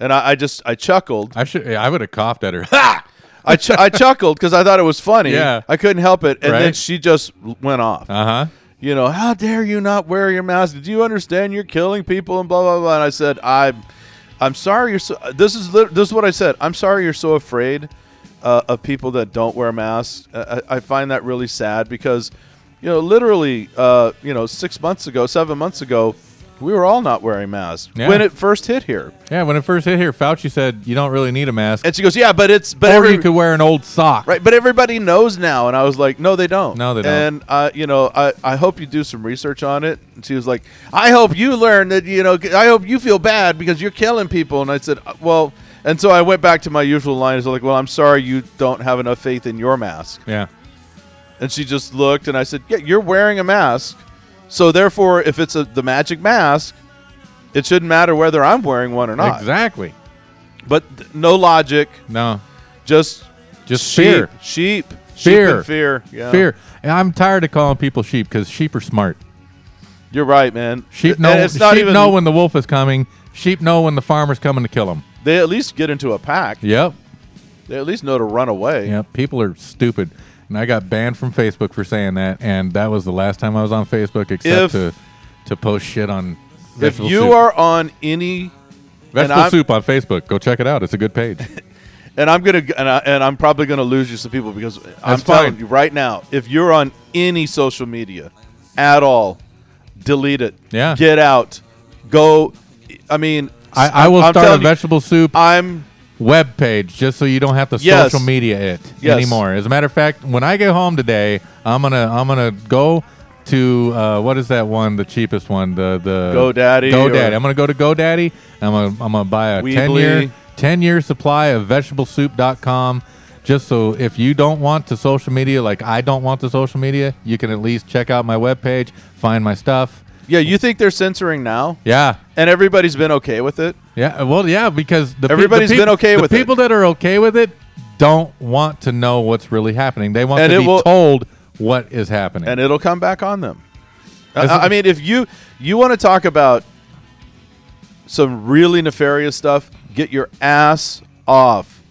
Speaker 2: and I, I just I chuckled.
Speaker 1: I should. I would have coughed at her. Ha!
Speaker 2: I, ch- I chuckled because I thought it was funny.
Speaker 1: Yeah.
Speaker 2: I couldn't help it, and then
Speaker 1: Right.
Speaker 2: she just l- went off.
Speaker 1: Uh huh.
Speaker 2: you know, how dare you not wear your mask? Do you understand you're killing people and blah blah blah? And I said, I'm, I'm sorry. You're so. This is lit- this is what I said. I'm sorry you're so afraid uh, of people that don't wear masks. Uh, I, I find that really sad because, you know, literally, uh, you know, six months ago, seven months ago, we were all not wearing masks
Speaker 1: Yeah.
Speaker 2: when it first hit here.
Speaker 1: Yeah. When it first hit here, Fauci said you don't really need a mask,
Speaker 2: And she goes, yeah, but it's but
Speaker 1: or
Speaker 2: every-
Speaker 1: you could wear an old sock.
Speaker 2: Right, but everybody knows now, and I was like, "No, they don't."
Speaker 1: No, they don't.
Speaker 2: And uh, you know, I, I hope you do some research on it. And she was like, "I hope you learn that you know. I hope you feel bad because you're killing people." And I said, "Uh, "Well," and so I went back to my usual line. Is like, "Well, I'm sorry you don't have enough faith in your mask."
Speaker 1: Yeah.
Speaker 2: And she just looked, and I said, "Yeah, you're wearing a mask, so therefore, if it's a, the magic mask, it shouldn't matter whether I'm wearing one or not."
Speaker 1: Exactly.
Speaker 2: But th- no logic,
Speaker 1: No.
Speaker 2: just
Speaker 1: Just
Speaker 2: sheep,
Speaker 1: fear.
Speaker 2: sheep,
Speaker 1: Fear.
Speaker 2: sheep and fear, yeah.
Speaker 1: Fear. And I'm tired of calling people sheep because sheep are smart.
Speaker 2: You're right, man.
Speaker 1: Sheep
Speaker 2: And
Speaker 1: know.
Speaker 2: It's not
Speaker 1: sheep
Speaker 2: even.
Speaker 1: know when the wolf is coming. Sheep know when the farmer's coming to kill them.
Speaker 2: they at least get into a pack.
Speaker 1: Yep.
Speaker 2: They at least know to run away.
Speaker 1: Yep. People are stupid, and I got banned from Facebook for saying that. And that was the last time I was on Facebook,
Speaker 2: If-
Speaker 1: except to to post shit on.
Speaker 2: If
Speaker 1: vegetable
Speaker 2: you
Speaker 1: soup.
Speaker 2: are on any, and
Speaker 1: vegetable
Speaker 2: I'm-
Speaker 1: soup on Facebook, go check it out. It's a good page.
Speaker 2: and I'm gonna, and, I, and I'm probably gonna lose you some people because I'm
Speaker 1: That's
Speaker 2: telling
Speaker 1: fine.
Speaker 2: you right now, if you're on any social media at all, delete it.
Speaker 1: Yeah.
Speaker 2: Get out. Go. I mean,
Speaker 1: I, I will
Speaker 2: I'm
Speaker 1: start a
Speaker 2: telling you,
Speaker 1: vegetable soup
Speaker 2: I'm
Speaker 1: web page just so you don't have to
Speaker 2: Yes.
Speaker 1: social media it
Speaker 2: Yes.
Speaker 1: anymore. As a matter of fact, when I get home today, I'm gonna I'm gonna go to uh, what is that one? The cheapest one? The the
Speaker 2: GoDaddy or-
Speaker 1: GoDaddy. I'm gonna go to GoDaddy. I'm gonna I'm gonna buy a
Speaker 2: Weebly.
Speaker 1: ten year ten year supply of vegetablesoup.com. Just so if you don't want to social media, like I don't want to social media, you can at least check out my webpage, find my stuff.
Speaker 2: yeah. You think they're censoring now,
Speaker 1: Yeah,
Speaker 2: and everybody's been okay with it?
Speaker 1: yeah, uh, well, yeah, because the everybody's
Speaker 2: Everybody's been okay
Speaker 1: the
Speaker 2: with it.
Speaker 1: people that are okay with it don't want to know what's really happening. They want
Speaker 2: And
Speaker 1: to
Speaker 2: it
Speaker 1: be
Speaker 2: will-
Speaker 1: told what is happening.
Speaker 2: and it'll come back on them. I,
Speaker 1: As-
Speaker 2: I mean, if you you want to talk about some really nefarious stuff, get your ass off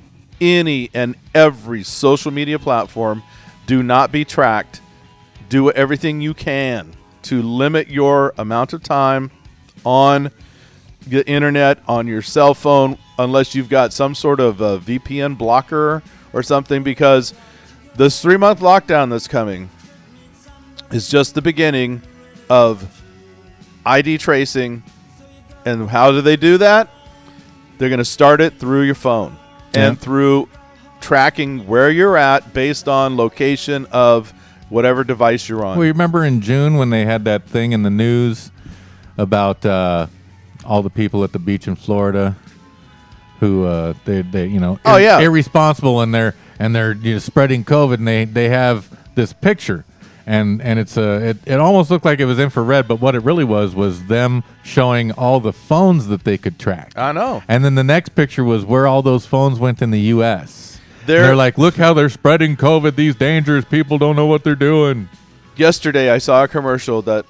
Speaker 2: any and every social media platform. Do not be tracked. Do everything you can to limit your amount of time on the internet, on your cell phone, unless you've got some sort of a VPN blocker or something, because this three month lockdown that's coming, is just the beginning of ID tracing. And how do they do that? They're going to start it through your phone and
Speaker 1: Yeah.
Speaker 2: through tracking where you're at based on location of whatever device you're on.
Speaker 1: we remember in June when they had that thing in the news about uh, all the people at the beach in Florida who uh, they they you know
Speaker 2: Oh, yeah.
Speaker 1: irresponsible and they're and they're you know, spreading COVID and they they have this picture. And, and it's a it, it almost looked like it was infrared, but what it really was was them showing all the phones that they could track.
Speaker 2: I know.
Speaker 1: And then the next picture was where all those phones went in the U.S. They're,
Speaker 2: They're-
Speaker 1: like, look how they're spreading COVID. These dangerous people don't know what they're doing.
Speaker 2: yesterday I saw a commercial that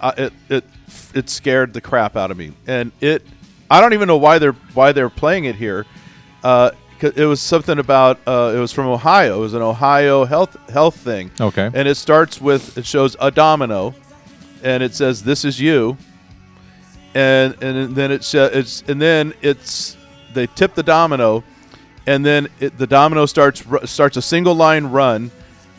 Speaker 2: I, it it it scared the crap out of me, and it I don't even know why they're why they're playing it here. Uh, 'cause it was something about uh, it was from Ohio. It was an Ohio health health thing.
Speaker 1: Okay.
Speaker 2: and it starts with it shows a domino, and it says "This is you," and and then it's uh, it's and then it's they tip the domino, and then it, the domino starts ru- starts a single line run,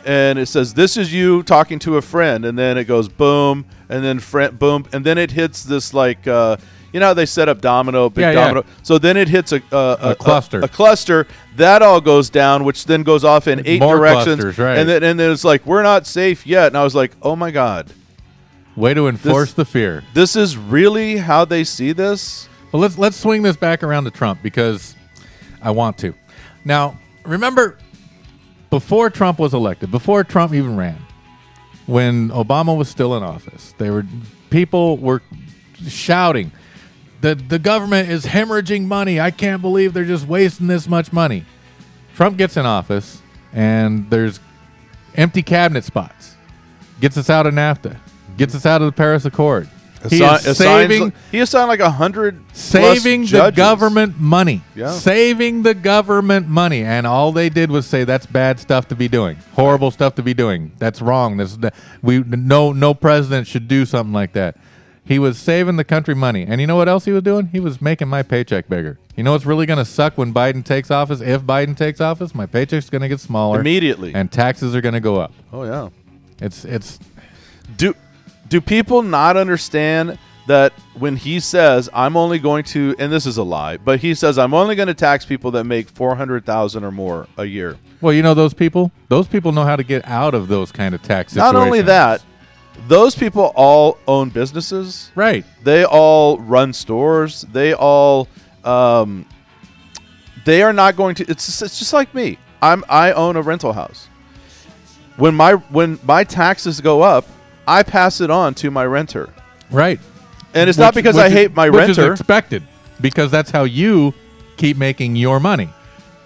Speaker 2: and it says this is you talking to a friend, and then it goes boom, and then friend boom, and then it hits this like uh, you know how they set up domino big
Speaker 1: Yeah, yeah.
Speaker 2: domino, so then it hits a a,
Speaker 1: A cluster.
Speaker 2: a, cluster that all goes down, which then goes off in eight
Speaker 1: More
Speaker 2: directions,
Speaker 1: clusters, right.
Speaker 2: and then and then it's like we're not safe yet, and I was like oh my god.
Speaker 1: Way to enforce
Speaker 2: This-
Speaker 1: the fear.
Speaker 2: This is really how they see this.
Speaker 1: Well, let's let's swing this back around to Trump because I want to. Now, remember, before Trump was elected, before Trump even ran, when Obama was still in office, they were people were shouting, "the The government is hemorrhaging money. I can't believe they're just wasting this much money." Trump gets in office, and there's empty cabinet spots. Gets us out of NAFTA. Gets us out of the Paris Accord. He
Speaker 2: Assi-
Speaker 1: is
Speaker 2: assigns-
Speaker 1: saving
Speaker 2: he assigned like a hundred plus
Speaker 1: saving the
Speaker 2: judges.
Speaker 1: government money.
Speaker 2: Yeah.
Speaker 1: Saving the government money. And all they did was say that's bad stuff to be doing. Horrible stuff to be doing. That's wrong. This that- we no no president should do something like that. He was saving the country money. And you know what else he was doing? He was making my paycheck bigger. You know what's really going to suck when Biden takes office? If Biden takes office, my paycheck's going to get smaller
Speaker 2: immediately.
Speaker 1: and taxes are going to go up.
Speaker 2: oh yeah.
Speaker 1: It's it's
Speaker 2: Do do people not understand that when he says I'm only going to and this is a lie, but he says I'm only going to tax people that make 400,000 or more a year.
Speaker 1: well, you know those people? Those people know how to get out of those kind of tax situations.
Speaker 2: Not only that, those people all own businesses.
Speaker 1: Right.
Speaker 2: They all run stores. They all um, they are not going to it's just, it's just like me. I'm I own a rental house. When my when my taxes go up, I pass it on to my renter.
Speaker 1: Right.
Speaker 2: And it's not
Speaker 1: Which-
Speaker 2: because
Speaker 1: which
Speaker 2: I
Speaker 1: is-
Speaker 2: hate my
Speaker 1: which is
Speaker 2: renter.
Speaker 1: expected because that's how you keep making your money.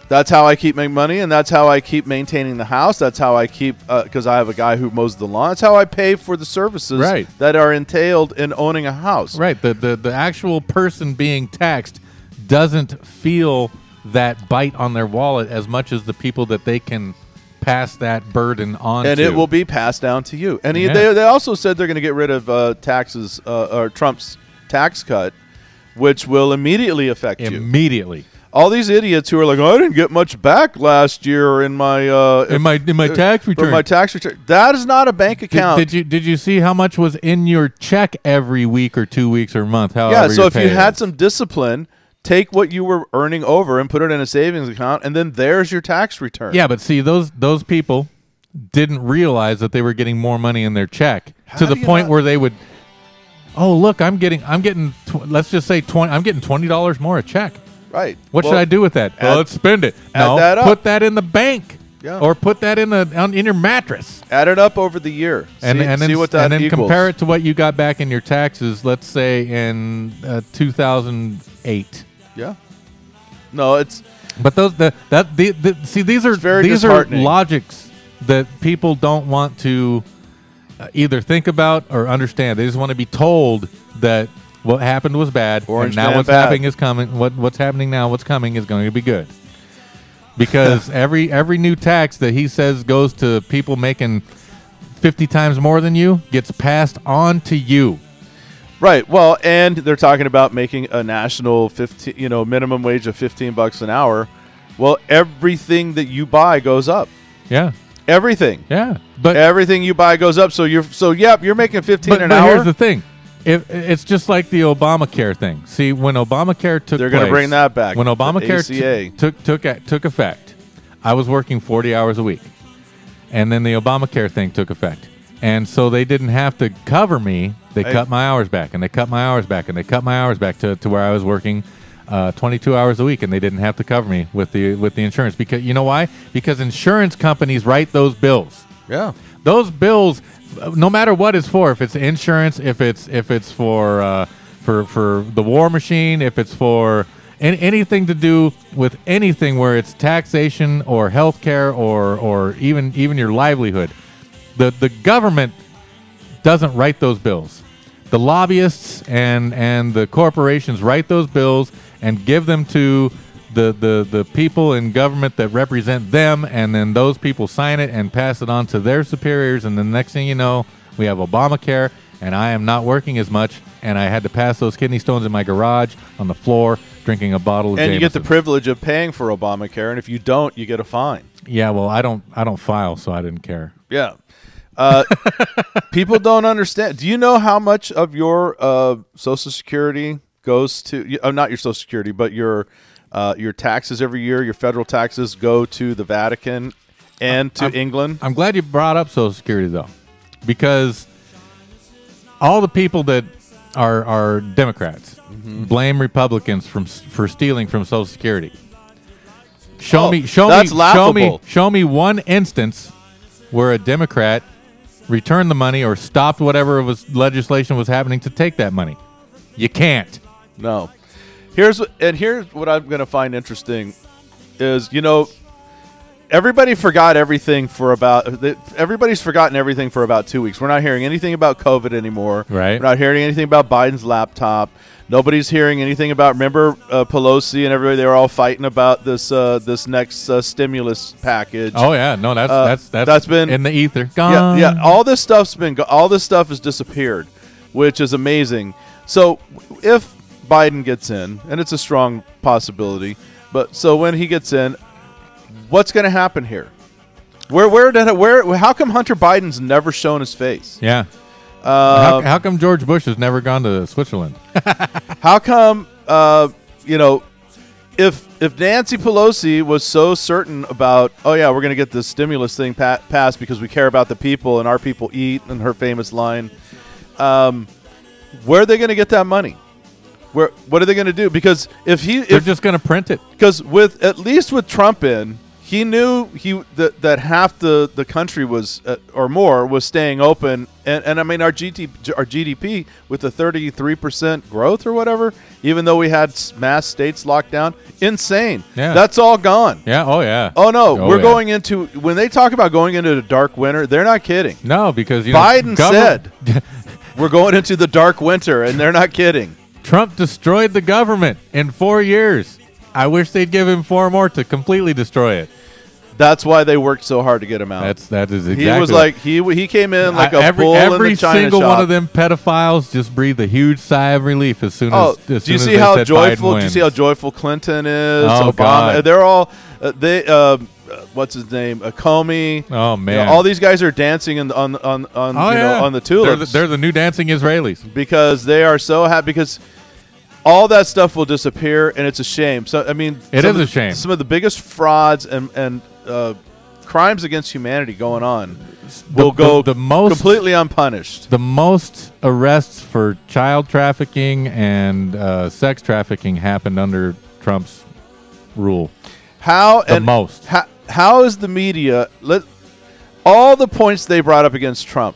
Speaker 2: that's how I keep making money, and that's how I keep maintaining the house. That's how I keep because I have a guy who mows the lawn. That's how I pay for the services
Speaker 1: Right.
Speaker 2: that are entailed in owning a house.
Speaker 1: Right. The the, the actual person being taxed doesn't feel that bite on their wallet as much as the people that they can pass that burden on
Speaker 2: And
Speaker 1: to.
Speaker 2: it will be passed down to you. And he,
Speaker 1: Yeah.
Speaker 2: they, they also said they're going to get rid of uh, taxes uh, or Trump's tax cut, which will immediately affect you.
Speaker 1: immediately.
Speaker 2: All these idiots who are like, I didn't get much back last year in my uh,
Speaker 1: In my in my tax
Speaker 2: for
Speaker 1: return.
Speaker 2: my tax return. That is not a bank
Speaker 1: did,
Speaker 2: account.
Speaker 1: did you did you see how much was in your check every week or two weeks or month?
Speaker 2: Yeah,
Speaker 1: however
Speaker 2: so
Speaker 1: your
Speaker 2: if you
Speaker 1: pay
Speaker 2: had
Speaker 1: is?
Speaker 2: some discipline, take what you were earning over and put it in a savings account, and then there's your tax return.
Speaker 1: Yeah, but see those those people didn't realize that they were getting more money in their check to
Speaker 2: do
Speaker 1: the
Speaker 2: you
Speaker 1: point
Speaker 2: not-
Speaker 1: where they would Oh, look, I'm getting I'm getting tw- let's just say 20 I'm getting $20 more a check.
Speaker 2: right.
Speaker 1: What
Speaker 2: Well,
Speaker 1: should I do with that?
Speaker 2: add-
Speaker 1: well, let's spend it.
Speaker 2: add
Speaker 1: no,
Speaker 2: that up.
Speaker 1: put that in the bank.
Speaker 2: Yeah.
Speaker 1: Or put that in the on, in your mattress.
Speaker 2: Add it up over the year
Speaker 1: And
Speaker 2: see,
Speaker 1: and then
Speaker 2: see
Speaker 1: s-
Speaker 2: what that
Speaker 1: and then
Speaker 2: equals.
Speaker 1: compare it to what you got back in your taxes, let's say in uh, 2008.
Speaker 2: Yeah. No, it's
Speaker 1: But those the that the, the see these are
Speaker 2: It's very
Speaker 1: these are
Speaker 2: disheartening.
Speaker 1: logics that people don't want to uh, either think about or understand. They just want to be told that what happened was bad, and
Speaker 2: Orange
Speaker 1: now
Speaker 2: man
Speaker 1: what's
Speaker 2: bad.
Speaker 1: happening is coming. What what's happening now? What's coming is going to be good. Because every every new tax that he says goes to people making fifty times more than you gets passed on to you.
Speaker 2: right. Well, and they're talking about making a national fifteen, you know, minimum wage of fifteen bucks an hour. Well, everything that you buy goes up.
Speaker 1: Yeah,
Speaker 2: Everything.
Speaker 1: yeah. But
Speaker 2: Everything you buy goes up. So you're so yep, you're making fifteen
Speaker 1: but,
Speaker 2: an
Speaker 1: but
Speaker 2: hour.
Speaker 1: here's the thing. It, it's just like the Obamacare thing. See, when Obamacare took
Speaker 2: They're gonna
Speaker 1: place-
Speaker 2: bring that back,
Speaker 1: When
Speaker 2: the
Speaker 1: Obamacare
Speaker 2: ACA.
Speaker 1: t- took took a- took effect, I was working 40 hours a week. And then the Obamacare thing took effect. And so they didn't have to cover me. They
Speaker 2: Hey.
Speaker 1: cut my hours back and they cut my hours back and they cut my hours back to, to where I was working uh, 22 hours a week and they didn't have to cover me with the with the insurance because you know why? Because insurance companies write those bills
Speaker 2: yeah.
Speaker 1: those bills uh, no matter what it's for if it's insurance if it's if it's for uh, for for the war machine if it's for an anything to do with anything where it's taxation or healthcare or or even even your livelihood the the government doesn't write those bills the lobbyists and and the corporations write those bills and give them to the, the, the people in government that represent them, and then those people sign it and pass it on to their superiors. And the next thing you know, we have Obamacare, and I am not working as much. And I had to pass those kidney stones in my garage on the floor, drinking a bottle of
Speaker 2: and you get the
Speaker 1: Jameson.
Speaker 2: privilege of paying for Obamacare, and if you don't, you get a fine.
Speaker 1: yeah. Well, I don't I don't file, so I didn't care.
Speaker 2: Yeah, uh, people don't understand. Do you know how much of your uh, Social Security goes to? y- Uh, not your Social Security, but your uh, your taxes every year. Your federal taxes go to the Vatican and to England.
Speaker 1: I'm glad you brought up Social Security though, because all the people that are are Democrats
Speaker 2: Mm-hmm.
Speaker 1: blame Republicans from s- for stealing from Social Security. Show
Speaker 2: Oh,
Speaker 1: me, show
Speaker 2: that's
Speaker 1: me, show me,
Speaker 2: laughable.
Speaker 1: show me one instance where a Democrat returned the money or stopped whatever was legislation was happening to take that money. You can't.
Speaker 2: No. Here's what, and here's what I'm going to find interesting is you know everybody forgot everything for about th- everybody's forgotten everything for about two weeks. We're not hearing anything about COVID anymore.
Speaker 1: Right.
Speaker 2: We're not hearing anything about Biden's laptop. Nobody's hearing anything about. Remember uh, Pelosi and everybody? They were all fighting about this uh, this next uh, stimulus package.
Speaker 1: Oh yeah, no, that's
Speaker 2: Uh,
Speaker 1: that's that's
Speaker 2: that's been-
Speaker 1: in the ether.
Speaker 2: Yeah,
Speaker 1: Gone.
Speaker 2: yeah. All this stuff's been go- all this stuff has disappeared, which is amazing. So if Biden gets in, and it's a strong possibility, but so when he gets in, what's going to happen here? Where where did where how come Hunter Biden's never shown his face?
Speaker 1: Yeah. how,
Speaker 2: Uh,
Speaker 1: how come George Bush has never gone to Switzerland?
Speaker 2: how come uh, you know if if Nancy Pelosi was so certain about oh yeah we're going to get this stimulus thing pa- passed because we care about the people and our people eat and her famous line um, where are they going to get that money where what are they going to do because if he
Speaker 1: They're
Speaker 2: if
Speaker 1: just going to print it.
Speaker 2: because with at least with Trump in, he knew he that, that half the the country was uh, or more was staying open, and, and I mean our GDP our GDP with the thirty three percent growth or whatever, even though we had s- mass states locked down, insane.
Speaker 1: Yeah.
Speaker 2: that's all gone.
Speaker 1: Yeah. Oh yeah.
Speaker 2: Oh no, we're
Speaker 1: yeah.
Speaker 2: going into when they talk about going into the dark winter, they're not kidding.
Speaker 1: No, because you know,
Speaker 2: Biden
Speaker 1: govern-
Speaker 2: said we're going into the dark winter, and they're not kidding.
Speaker 1: Trump destroyed the government in four years. I wish they'd give him four more to completely destroy it.
Speaker 2: That's why they worked so hard to get him out.
Speaker 1: That's that is
Speaker 2: He
Speaker 1: exactly.
Speaker 2: was like he he came in like a
Speaker 1: I- every
Speaker 2: bull
Speaker 1: every
Speaker 2: in the china
Speaker 1: single
Speaker 2: shop.
Speaker 1: one of them pedophiles just breathed a huge sigh of relief as soon
Speaker 2: Oh,
Speaker 1: as. as
Speaker 2: do you
Speaker 1: soon
Speaker 2: see
Speaker 1: as they
Speaker 2: how
Speaker 1: said
Speaker 2: joyful?
Speaker 1: Biden
Speaker 2: Do you
Speaker 1: wins.
Speaker 2: see how joyful Clinton is?
Speaker 1: Oh,
Speaker 2: Obama,
Speaker 1: God.
Speaker 2: they're all uh, they. Uh, uh, what's his name? Uh, Comey.
Speaker 1: Oh
Speaker 2: You know,
Speaker 1: man!
Speaker 2: all these guys are dancing in the, on on on
Speaker 1: Oh,
Speaker 2: you
Speaker 1: yeah.
Speaker 2: know on the
Speaker 1: They're
Speaker 2: tulips
Speaker 1: the, they're the new dancing Israelis.
Speaker 2: because they are so happy because all that stuff will disappear and it's a shame. So I mean,
Speaker 1: It
Speaker 2: it is
Speaker 1: is a shame.
Speaker 2: Some of the biggest frauds and and uh, crimes against humanity going on will
Speaker 1: the-
Speaker 2: go
Speaker 1: the most-
Speaker 2: completely unpunished.
Speaker 1: The most arrests for child trafficking and uh, sex trafficking happened under Trump's rule.
Speaker 2: How
Speaker 1: The
Speaker 2: and
Speaker 1: most.
Speaker 2: ho- how is the media? Let all the points they brought up against Trump,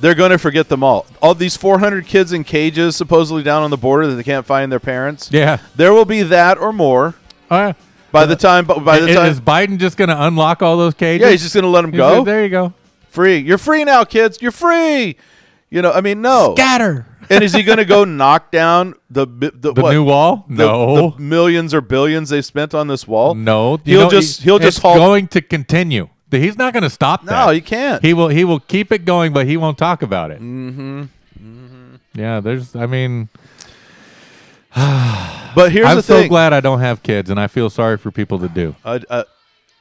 Speaker 2: they're going to forget them all. All these 400 kids in cages, supposedly down on the border that they can't find their parents.
Speaker 1: Yeah.
Speaker 2: there will be that or more
Speaker 1: Oh, yeah.
Speaker 2: by the time. By the
Speaker 1: I-
Speaker 2: time,
Speaker 1: is Biden just going to unlock all those cages?
Speaker 2: yeah, he's just going to let them
Speaker 1: He's
Speaker 2: go
Speaker 1: like, there you go.
Speaker 2: free. You're free now, kids. You're free. You know, I mean, no.
Speaker 1: Oh. Scatter
Speaker 2: and is he going to go knock down the bi- the,
Speaker 1: the
Speaker 2: what,
Speaker 1: new wall.
Speaker 2: the-
Speaker 1: no,
Speaker 2: the millions or billions they spent on this wall?
Speaker 1: no. You
Speaker 2: he'll
Speaker 1: know,
Speaker 2: just
Speaker 1: he-
Speaker 2: he'll just
Speaker 1: it's
Speaker 2: halt
Speaker 1: going to continue. He's not going to stop that.
Speaker 2: No, he can't.
Speaker 1: He will. He will keep it going, but he won't talk about it. Mm-hmm.
Speaker 2: Mm-hmm.
Speaker 1: Yeah, there's. I mean,
Speaker 2: but here's
Speaker 1: I'm
Speaker 2: the
Speaker 1: so
Speaker 2: thing.
Speaker 1: glad I don't have kids, and I feel sorry for people that do.
Speaker 2: I, I,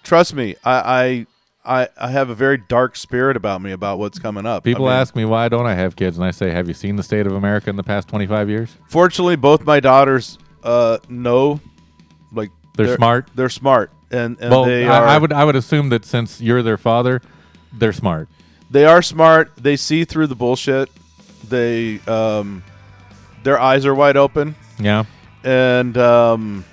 Speaker 2: trust me, I, I I I have a very dark spirit about me about what's coming up. I
Speaker 1: People
Speaker 2: mean,
Speaker 1: ask me why don't I have kids, and I say, "Have you seen the state of America in the past 25 years?"
Speaker 2: Fortunately, both my daughters uh, know, like
Speaker 1: They're smart.
Speaker 2: They're smart, and, and
Speaker 1: Well,
Speaker 2: they
Speaker 1: I,
Speaker 2: are.
Speaker 1: I would. I would assume that since you're their father, they're smart.
Speaker 2: They are smart. They see through the bullshit. They um, their eyes are wide open,
Speaker 1: Yeah.
Speaker 2: and um,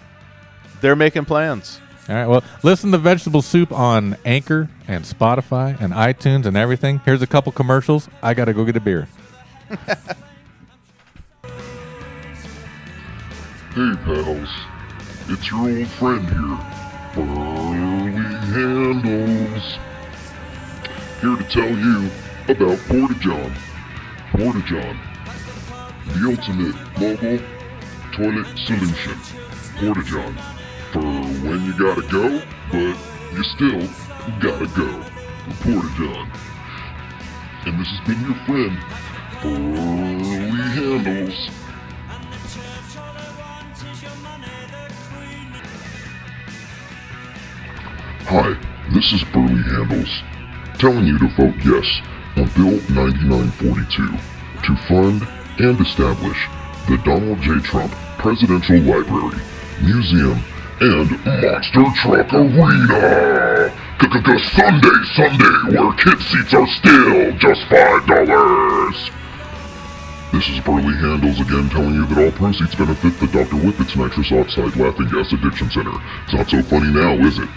Speaker 2: they're making plans.
Speaker 1: All right. Well, listen to Vegetable Soup on Anchor and Spotify and iTunes and everything. Here's a couple commercials. I got to go get a beer.
Speaker 4: Hey pals, it's your old friend here, Burley Handles, here to tell you about Portageon. Portageon, the ultimate mobile toilet solution. Portageon, for when you gotta go, but you still gotta go. Portageon. And this has been your friend, Burley Handles. Hi, this is Burley Handles, telling you to vote yes on Bill 9942 to fund and establish the Donald J. Trump Presidential Library, Museum, and Monster Truck Arena! C-c-c- Sunday, Sunday, where kid seats are still just $5! This is Burley Handles again telling you that all proceeds benefit the Dr. Whippet's Nitrous Oxide Laughing Gas Addiction Center. It's not so funny now, is it?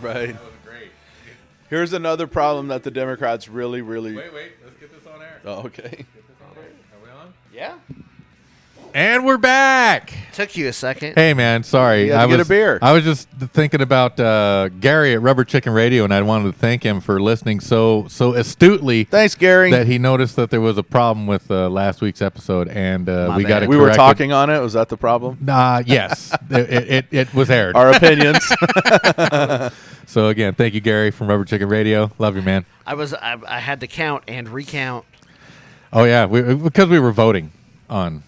Speaker 2: Right. Here's another problem that the Democrats really, really.
Speaker 1: wait. Let's get this on air.
Speaker 2: Oh, okay.
Speaker 1: Are we on?
Speaker 3: Yeah.
Speaker 1: And we're back.
Speaker 3: took you a second.
Speaker 1: Hey man, sorry.
Speaker 2: You had to
Speaker 1: I
Speaker 2: get
Speaker 1: was
Speaker 2: a beer.
Speaker 1: I was just thinking about uh, Gary at Rubber Chicken Radio, and I wanted to thank him for listening so so astutely
Speaker 2: Thanks, Gary.
Speaker 1: that he noticed that there was a problem with uh, last week's episode, and uh,
Speaker 3: My
Speaker 1: we got
Speaker 3: bad.
Speaker 1: it.
Speaker 2: we were
Speaker 1: corrected.
Speaker 2: talking on it. Was that the problem?
Speaker 1: Uh, yes, it, it, it, it was aired.
Speaker 2: Our opinions.
Speaker 1: So again, thank you, Gary from Rubber Chicken Radio. Love you, man.
Speaker 3: I was I, I had to count and recount.
Speaker 1: Oh yeah, we, because we were voting on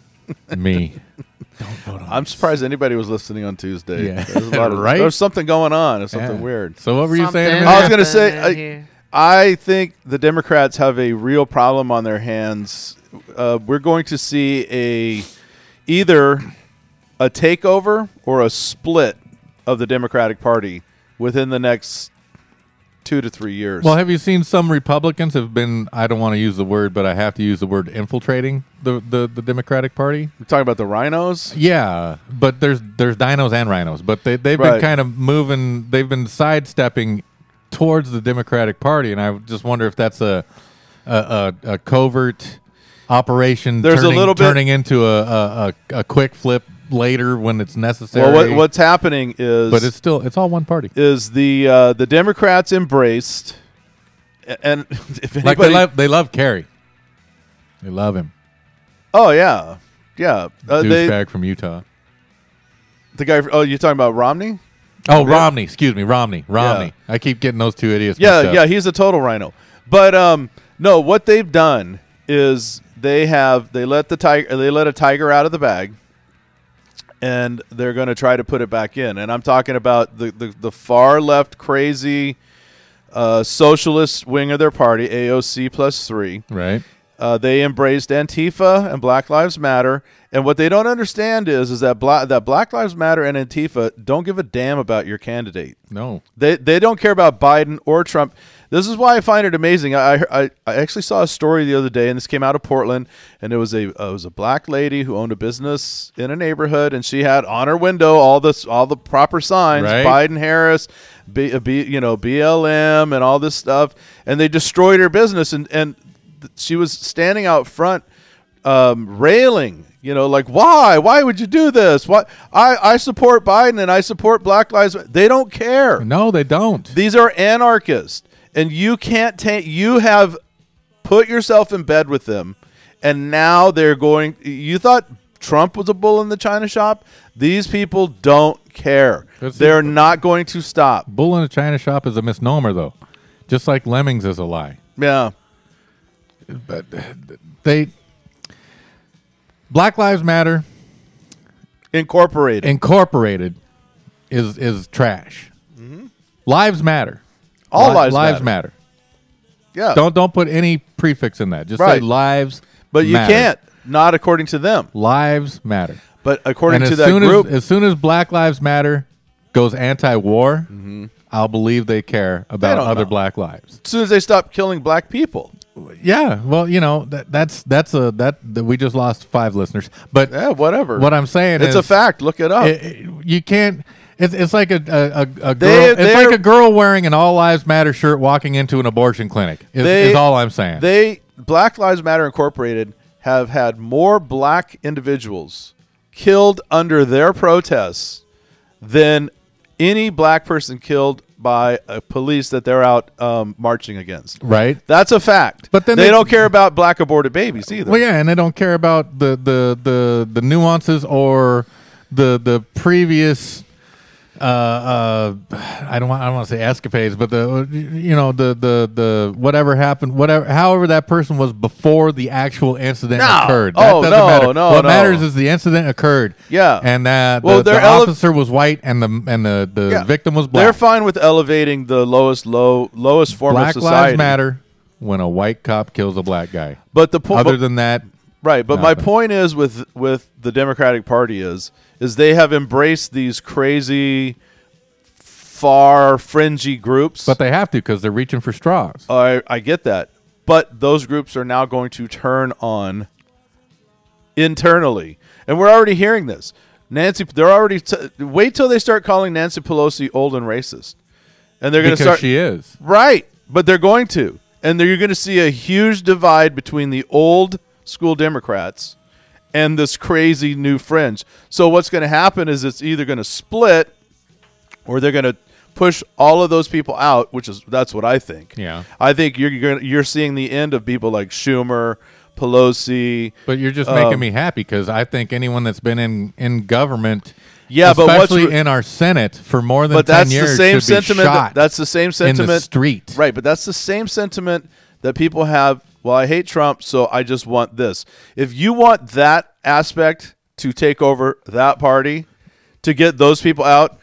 Speaker 1: me.
Speaker 2: I'm surprised anybody was listening on Tuesday.
Speaker 1: Yeah.
Speaker 2: There's a lot of,
Speaker 1: Right?
Speaker 2: There was something going on. There's something
Speaker 1: Yeah.
Speaker 2: weird.
Speaker 1: So what were you saying? a
Speaker 3: Something
Speaker 1: minute?
Speaker 2: I was going to
Speaker 3: Something in
Speaker 2: say,
Speaker 3: here.
Speaker 2: I, I think the Democrats have a real problem on their hands. Uh, we're going to see a either a takeover or a split of the Democratic Party within the next two to three years.
Speaker 1: Well, have you seen some Republicans have been? I don't want to use the word, but I have to use the word infiltrating the the, the Democratic Party.
Speaker 2: We're talking about the rhinos.
Speaker 1: Yeah, but there's there's dinos and rhinos, but they they've
Speaker 2: Right.
Speaker 1: been kind of moving. They've been sidestepping towards the Democratic Party, and I just wonder if that's a a, a, a covert operation.
Speaker 2: There's a
Speaker 1: turning,
Speaker 2: little bit-
Speaker 1: turning into a, a, a, a quick flip later when it's necessary.
Speaker 2: Well, what, what's happening is
Speaker 1: but it's still it's all one party.
Speaker 2: is the uh, the Democrats embraced, a- and if anybody,
Speaker 1: Like they love they love Kerry. They love him.
Speaker 2: oh yeah, yeah, uh, they,
Speaker 1: douchebag from Utah.
Speaker 2: the guy. Oh, you're talking about Romney?
Speaker 1: Oh, Romney. Excuse me, Romney. Romney. I keep getting those two idiots.
Speaker 2: Yeah,
Speaker 1: mixed up.
Speaker 2: yeah, he's a total rhino. But um, no, what they've done is they have they let the tiger they let a tiger out of the bag, and they're going to try to put it back in. And I'm talking about the the, the far left crazy. Uh, socialist wing of their party, AOC plus three,
Speaker 1: Right.
Speaker 2: Uh, they embraced Antifa and Black Lives Matter, and what they don't understand is is that Bla- that Black Lives Matter and Antifa don't give a damn about your candidate.
Speaker 1: No.
Speaker 2: They they don't care about Biden or Trump. This is why I find it amazing. I I, I actually saw a story the other day, and this came out of Portland, and it was a uh, it was a black lady who owned a business in a neighborhood, and she had on her window all this all the proper signs:
Speaker 1: Right.
Speaker 2: Biden, Harris, B, uh, B, you know BLM, and all this stuff, and they destroyed her business, and and th- she was standing out front um, railing. You know, like why? Why would you do this? Why? I, I support Biden and I support Black Lives. Ma-" They don't care.
Speaker 1: No, they don't.
Speaker 2: These are anarchists, and you can't take. You have put yourself in bed with them, and now they're going. You thought Trump was a bull in the china shop. These people don't care.
Speaker 1: That's-
Speaker 2: They're not going to stop.
Speaker 1: Bull in a china shop is a misnomer, though. Just like lemmings is a lie.
Speaker 2: Yeah,
Speaker 1: They. Black Lives Matter
Speaker 2: incorporated.
Speaker 1: Incorporated is is trash. Lives matter.
Speaker 2: Mm-hmm. All
Speaker 1: Li-
Speaker 2: lives
Speaker 1: lives
Speaker 2: matter.
Speaker 1: matter.
Speaker 2: yeah,
Speaker 1: Don't don't put any prefix in that. Just say
Speaker 2: Right.
Speaker 1: lives.
Speaker 2: but you
Speaker 1: matter.
Speaker 2: can't. Not according to them,
Speaker 1: Lives matter.
Speaker 2: but according
Speaker 1: and
Speaker 2: to
Speaker 1: as
Speaker 2: that
Speaker 1: soon
Speaker 2: group.
Speaker 1: As, as soon as Black Lives Matter goes anti-war, I'll believe they care about
Speaker 2: don't
Speaker 1: other
Speaker 2: know.
Speaker 1: Black lives.
Speaker 2: as soon as they stop killing black people.
Speaker 1: Yeah, well, you know that, that's that's a that, that we just lost five listeners, but
Speaker 2: Yeah, whatever.
Speaker 1: what I'm saying
Speaker 2: it's
Speaker 1: is
Speaker 2: a fact. Look it up.
Speaker 1: it- it- you can't. It's, it's like a a, a, a girl.
Speaker 2: They-
Speaker 1: it's like
Speaker 2: they're-
Speaker 1: a girl wearing an All Lives Matter shirt walking into an abortion clinic. Is,
Speaker 2: They-
Speaker 1: is all I'm saying.
Speaker 2: they Black Lives Matter Incorporated have had more black individuals killed under their protests than any black person killed by a police that they're out um, marching against.
Speaker 1: right.
Speaker 2: That's a fact.
Speaker 1: But then
Speaker 2: they,
Speaker 1: they-
Speaker 2: don't care about black aborted babies either.
Speaker 1: Well, yeah, and they don't care about the the the, the nuances or the the previous. Uh, uh, I don't want I don't want to say escapades, but the you know the the the whatever happened, whatever, however that person was before the actual incident
Speaker 2: No.
Speaker 1: occurred.
Speaker 2: Oh,
Speaker 1: that doesn't
Speaker 2: no,
Speaker 1: matter.
Speaker 2: no,
Speaker 1: What
Speaker 2: no.
Speaker 1: matters is the incident occurred.
Speaker 2: Yeah.
Speaker 1: and that
Speaker 2: Well,
Speaker 1: the, the
Speaker 2: they're ele-
Speaker 1: officer was white and the and the the
Speaker 2: Yeah.
Speaker 1: victim was
Speaker 2: They're
Speaker 1: black.
Speaker 2: fine with elevating the lowest low lowest form
Speaker 1: black
Speaker 2: of society.
Speaker 1: lives matter when a white cop kills a black guy.
Speaker 2: But the point
Speaker 1: Other than that,
Speaker 2: Right, but my
Speaker 1: Nothing.
Speaker 2: point is with with the Democratic Party is is they have embraced these crazy, far fringy groups.
Speaker 1: but they have to because they're reaching for straws.
Speaker 2: I I get that, but those groups are now going to turn on internally, and we're already hearing this. Nancy, they're already t- wait till they start calling Nancy Pelosi old and racist, and they're going to
Speaker 1: because
Speaker 2: start
Speaker 1: she is.
Speaker 2: Right, but they're going to, and they're, you're going to see a huge divide between the old school Democrats and this crazy new fringe. So what's going to happen is it's either going to split or they're going to push all of those people out, which is that's what I think.
Speaker 1: Yeah.
Speaker 2: I think you're you're, you're seeing the end of people like Schumer, Pelosi.
Speaker 1: But you're just
Speaker 2: Um,
Speaker 1: making me happy because I think anyone that's been in in government,
Speaker 2: Yeah, but what's
Speaker 1: especially
Speaker 2: re-
Speaker 1: in our Senate for more than
Speaker 2: but
Speaker 1: ten
Speaker 2: that's the
Speaker 1: years,
Speaker 2: same
Speaker 1: should be
Speaker 2: sentiment. that-
Speaker 1: shot
Speaker 2: that's the same sentiment.
Speaker 1: in the street.
Speaker 2: Right, but that's the same sentiment that people have. Well, I hate Trump, so I just want this. If you want that aspect to take over that party, to get those people out,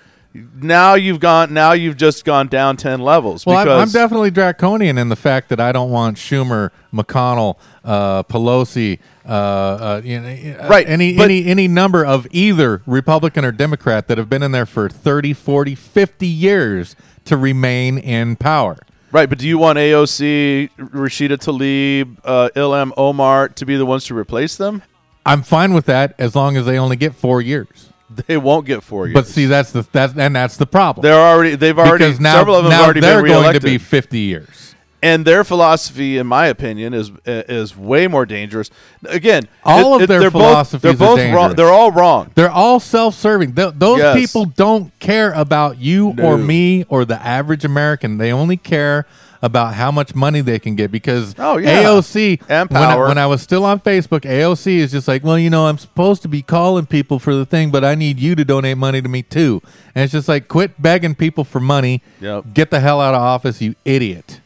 Speaker 2: now you've gone. Now you've just gone down ten levels.
Speaker 1: Well, I'm, I'm
Speaker 2: because
Speaker 1: definitely draconian in the fact that I don't want Schumer, McConnell, uh, Pelosi, uh, uh, you know, uh,
Speaker 2: Right,
Speaker 1: any
Speaker 2: but-
Speaker 1: any any number of either Republican or Democrat that have been in there for 30, 40, 50 years to remain in power.
Speaker 2: right. But do you want AOC, Rashida Tlaib, uh, Ilham Omar to be the ones to replace them?
Speaker 1: I'm fine with that as long as they only get 4 years.
Speaker 2: They won't get four years.
Speaker 1: But see that's the that's and that's the problem.
Speaker 2: they're already. They've already.
Speaker 1: because now,
Speaker 2: several of them
Speaker 1: now
Speaker 2: have already
Speaker 1: they're
Speaker 2: been
Speaker 1: going to
Speaker 2: reelected.
Speaker 1: be 50 years.
Speaker 2: and their philosophy, in my opinion, is is way more dangerous. Again,
Speaker 1: All of their
Speaker 2: they're
Speaker 1: philosophies
Speaker 2: both,
Speaker 1: are
Speaker 2: they're both wrong.
Speaker 1: dangerous.
Speaker 2: They're all wrong.
Speaker 1: They're all self-serving. Th- those
Speaker 2: Yes.
Speaker 1: people don't care about you or
Speaker 2: No.
Speaker 1: me or the average American. They only care about how much money they can get because
Speaker 2: Oh, yeah.
Speaker 1: AOC
Speaker 2: And
Speaker 1: when I-
Speaker 2: power.
Speaker 1: When, I, was still on Facebook, AOC is just like, well, you know, I'm supposed to be calling people for the thing, but I need you to donate money to me too. And it's just like, quit begging people for money.
Speaker 2: Yep.
Speaker 1: Get the hell out of office, you idiot.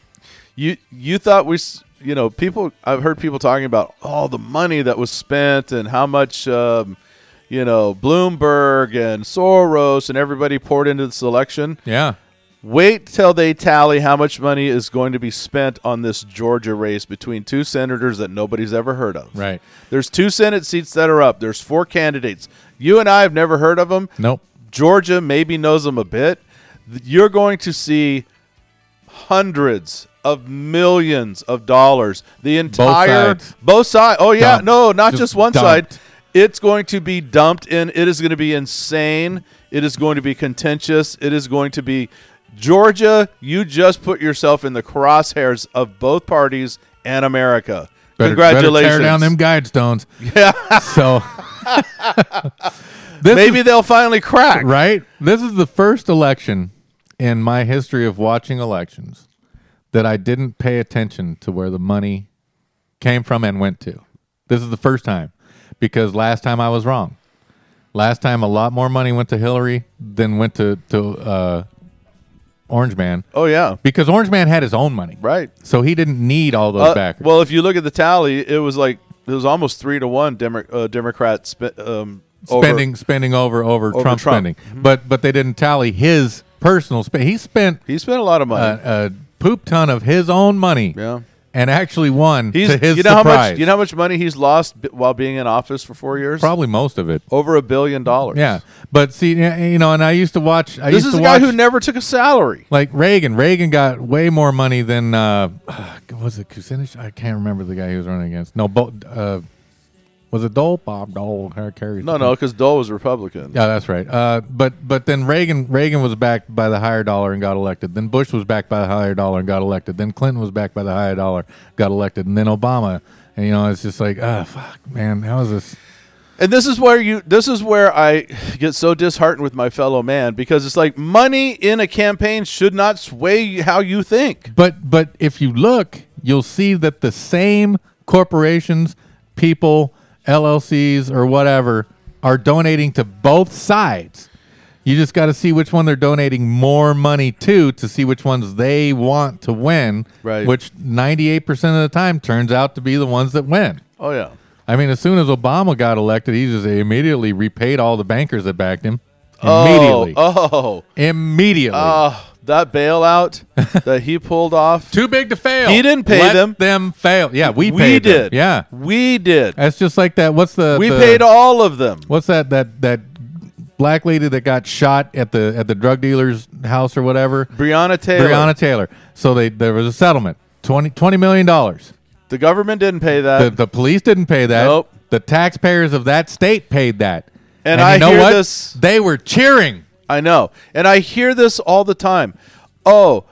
Speaker 2: You you thought we, s- you know, people. I've heard people talking about all the money that was spent and how much, um, you know, Bloomberg and Soros and everybody poured into this election.
Speaker 1: Yeah.
Speaker 2: Wait till they tally how much money is going to be spent on this Georgia race between two senators that nobody's ever heard of.
Speaker 1: Right.
Speaker 2: There's two Senate seats that are up. There's four candidates. You and I have never heard of them.
Speaker 1: Nope.
Speaker 2: Georgia maybe knows them a bit. Th- You're going to see hundreds of millions of dollars. The entire
Speaker 1: sides.
Speaker 2: both sides. Oh yeah,
Speaker 1: Dumped.
Speaker 2: no, not
Speaker 1: Just
Speaker 2: just, one
Speaker 1: dumped.
Speaker 2: side. It's going to be dumped in. It is going to be insane. It is going to be contentious. It is going to be Georgia. You just put yourself in the crosshairs of both parties and America.
Speaker 1: Better,
Speaker 2: Congratulations.
Speaker 1: Better tear down them guidestones. Yeah. So this
Speaker 2: Maybe
Speaker 1: is,
Speaker 2: they'll finally crack.
Speaker 1: right. This is the first election in my history of watching elections that I didn't pay attention to where the money came from and went to. This is the first time because last time I was wrong. Last time a lot more money went to Hillary than went to to uh, Orange Man
Speaker 2: Oh yeah.
Speaker 1: because Orange Man had his own money,
Speaker 2: Right.
Speaker 1: so he didn't need all those
Speaker 2: Uh,
Speaker 1: backers.
Speaker 2: Well, if you look at the tally, it was like it was almost three to one Demo- uh, Democrat spe- um, over-
Speaker 1: spending spending over over, Trump,
Speaker 2: Trump. Mm-hmm.
Speaker 1: spending, but but they didn't tally his personal spend. He spent
Speaker 2: He spent a lot of
Speaker 1: a,
Speaker 2: money.
Speaker 1: a poop ton of his own money,
Speaker 2: Yeah.
Speaker 1: and actually won
Speaker 2: he's
Speaker 1: to his
Speaker 2: you know
Speaker 1: surprise.
Speaker 2: how much you know how much money he's lost b- while being in office for four years.
Speaker 1: probably most of it.
Speaker 2: Over a billion dollars.
Speaker 1: Yeah, but see, yeah, you know, and I used to watch. I
Speaker 2: this
Speaker 1: used
Speaker 2: is
Speaker 1: to
Speaker 2: a guy
Speaker 1: watch,
Speaker 2: who never took a salary.
Speaker 1: like Reagan. Reagan got way more money than uh, was it Kucinich? I can't remember the guy he was running against. No, Bo, uh, was it Dole? Bob Dole. Harry Carey.
Speaker 2: No, no, because Dole was Republican.
Speaker 1: Yeah, that's right. Uh, but but then Reagan Reagan was backed by the higher dollar and got elected. Then Bush was backed by the higher dollar and got elected. Then Clinton was backed by the higher dollar, got elected, and then Obama. And you know, it's just like, ah, fuck, man, how is this?
Speaker 2: And this is where you this is where I get so disheartened with my fellow man because it's like money in a campaign should not sway how you think.
Speaker 1: But but if you look, you'll see that the same corporations, people, LLCs or whatever are donating to both sides. You just got to see which one they're donating more money to to see which ones they want to win,
Speaker 2: Right.
Speaker 1: which 98% of the time turns out to be the ones that win.
Speaker 2: Oh yeah.
Speaker 1: I mean, as soon as Obama got elected, he just immediately repaid all the bankers that backed him. Immediately.
Speaker 2: Oh, oh,
Speaker 1: Immediately.
Speaker 2: oh, that bailout that he pulled off.
Speaker 1: Too big to fail.
Speaker 2: He didn't pay
Speaker 1: Let
Speaker 2: them.
Speaker 1: Them fail. Yeah, we
Speaker 2: we
Speaker 1: paid them.
Speaker 2: did.
Speaker 1: Yeah,
Speaker 2: we did.
Speaker 1: that's just like that. What's the
Speaker 2: We
Speaker 1: the-
Speaker 2: paid all of them.
Speaker 1: What's that that that black lady that got shot at the at the drug dealer's house or whatever?
Speaker 2: Breonna Taylor.
Speaker 1: Breonna Taylor. So they there was a settlement. 20, 20 million dollars.
Speaker 2: The government didn't pay that.
Speaker 1: The, the police didn't pay that.
Speaker 2: Nope.
Speaker 1: The taxpayers of that state paid that.
Speaker 2: And
Speaker 1: you
Speaker 2: I
Speaker 1: know
Speaker 2: hear
Speaker 1: what?
Speaker 2: this-
Speaker 1: They were cheering.
Speaker 2: I know, and I hear this all the time. Oh,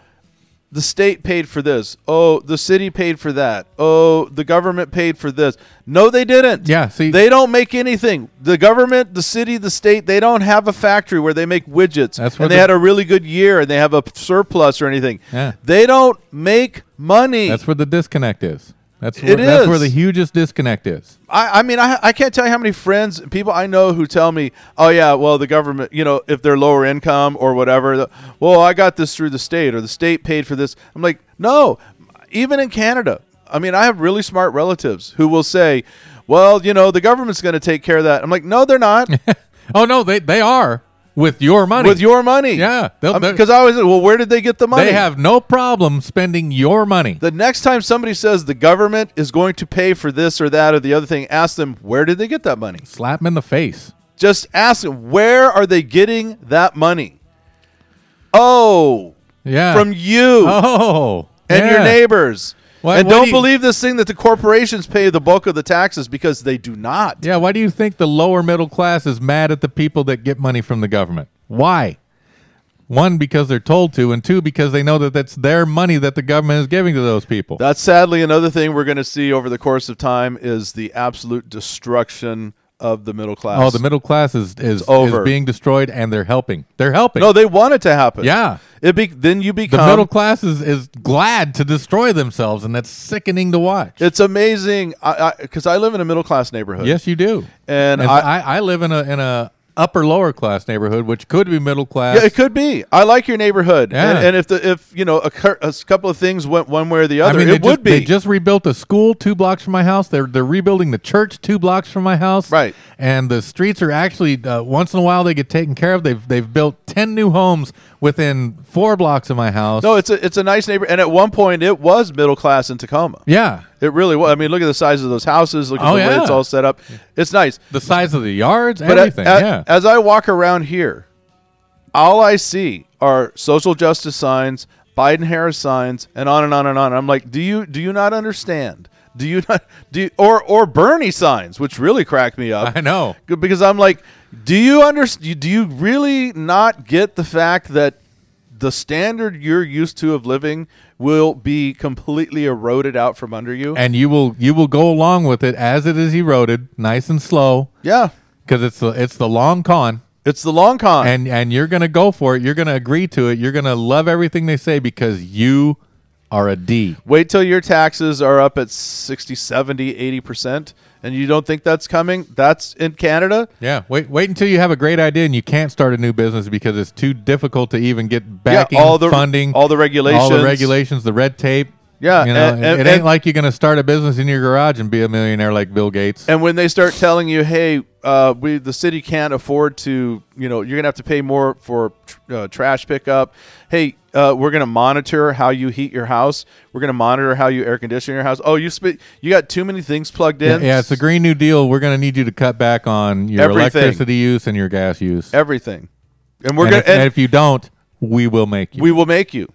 Speaker 2: the state paid for this. Oh, the city paid for that. Oh, the government paid for this. No, they didn't.
Speaker 1: Yeah, see-
Speaker 2: they don't make anything. The government, the city, the state, they don't have a factory where they make widgets.
Speaker 1: That's where
Speaker 2: and they
Speaker 1: the-
Speaker 2: had a really good year and they have a surplus or anything.
Speaker 1: Yeah.
Speaker 2: They don't make money.
Speaker 1: That's where the disconnect is. That's where,
Speaker 2: It
Speaker 1: that's where
Speaker 2: is.
Speaker 1: the hugest disconnect is.
Speaker 2: I, I mean, I, I can't tell you how many friends, people I know who tell me, oh, yeah, well, the government, you know, if they're lower income or whatever, the, well, I got this through the state or the state paid for this. I'm like, no, even in Canada. I mean, I have really smart relatives who will say, well, you know, the government's going to take care of that. I'm like, no, they're not.
Speaker 1: Oh no, they they are with your money.
Speaker 2: With your money.
Speaker 1: Yeah, they'll- they're-
Speaker 2: Because I always, well, where did they get the money?
Speaker 1: they have no problem spending your money.
Speaker 2: The next time somebody says the government is going to pay for this or that or the other thing, ask them, where did they get that money?
Speaker 1: Slap them in the face.
Speaker 2: Just ask them, where are they getting that money? Oh,
Speaker 1: Yeah.
Speaker 2: from you
Speaker 1: oh
Speaker 2: and your
Speaker 1: yeah.
Speaker 2: neighbors.
Speaker 1: Why-
Speaker 2: and
Speaker 1: why do
Speaker 2: don't
Speaker 1: you-
Speaker 2: believe this thing that the corporations pay the bulk of the taxes because they do not.
Speaker 1: Yeah, why do you think the lower middle class is mad at the people that get money from the government? Why? One, because they're told to, and two, because they know that that's their money that the government is giving to those people.
Speaker 2: That's sadly another thing we're going to see over the course of time is the absolute destruction of the middle class.
Speaker 1: oh, the middle class is is,
Speaker 2: over.
Speaker 1: is being destroyed, and they're helping. They're helping.
Speaker 2: No, they want it to happen.
Speaker 1: Yeah.
Speaker 2: It be, then you
Speaker 1: the
Speaker 2: become
Speaker 1: middle class is, is glad to destroy themselves, and that's sickening to watch.
Speaker 2: It's amazing I because I, live in a middle class neighborhood.
Speaker 1: yes, you do.
Speaker 2: And
Speaker 1: As I,
Speaker 2: I-
Speaker 1: I live in a in a upper lower class neighborhood, which could be middle class.
Speaker 2: Yeah, it could be. I like your neighborhood,
Speaker 1: Yeah.
Speaker 2: and, and if the if you know a, cur- a couple of things went one way or the
Speaker 1: I
Speaker 2: other,
Speaker 1: mean,
Speaker 2: it
Speaker 1: they
Speaker 2: would
Speaker 1: just,
Speaker 2: be.
Speaker 1: They just rebuilt a school two blocks from my house. They're they're rebuilding the church two blocks from my house.
Speaker 2: Right.
Speaker 1: And the streets are actually uh, once in a while they get taken care of. They've they've built ten new homes within four blocks of my house.
Speaker 2: no, it's a it's a nice neighbor, and at one point it was middle class in Tacoma.
Speaker 1: yeah.
Speaker 2: It really was. I mean, look at the size of those houses. Look at
Speaker 1: Oh,
Speaker 2: the way
Speaker 1: yeah.
Speaker 2: it's all set up. It's nice.
Speaker 1: The size of the yards,
Speaker 2: But a-
Speaker 1: everything.
Speaker 2: a-
Speaker 1: yeah.
Speaker 2: as I walk around here, all I see are social justice signs, Biden Harris signs, and on and on and on. I'm like, do you do you not understand? Do you not do you, or or Bernie signs, which really crack me up.
Speaker 1: I know.
Speaker 2: Good, because I'm like, do you understand? Do you really not get the fact that the standard you're used to of living will be completely eroded out from under you?
Speaker 1: And you will you will go along with it as it is eroded, nice and slow,
Speaker 2: yeah,
Speaker 1: because it's the it's the long con.
Speaker 2: it's the long con.
Speaker 1: and and you're gonna go for it. You're gonna agree to it. You're gonna love everything they say because you are a D.
Speaker 2: Wait till your taxes are up at 60, 70, 80 percent, and you don't think that's coming? That's in Canada.
Speaker 1: Yeah. Wait. Wait until you have a great idea and you can't start a new business because it's too difficult to even get backing,
Speaker 2: all the-
Speaker 1: funding,
Speaker 2: all the
Speaker 1: all
Speaker 2: regulations.
Speaker 1: the regulations, the red tape.
Speaker 2: Yeah,
Speaker 1: You know,
Speaker 2: and-
Speaker 1: it-
Speaker 2: and-
Speaker 1: it ain't
Speaker 2: and-
Speaker 1: like you're gonna start a business in your garage and be a millionaire like Bill Gates.
Speaker 2: And when they start telling you, "Hey, uh, we the city can't afford to," you know, you're gonna have to pay more for tr- uh, trash pickup. Hey, uh, we're gonna monitor how you heat your house. We're gonna monitor how you air condition your house. Oh, you spit, you got too many things plugged
Speaker 1: yeah,
Speaker 2: in.
Speaker 1: yeah, it's the Green New Deal. We're gonna need you to cut back on your
Speaker 2: Everything.
Speaker 1: electricity use and your gas use.
Speaker 2: everything. And we're
Speaker 1: and,
Speaker 2: gonna
Speaker 1: if, and if you don't, we will make you.
Speaker 2: we will make you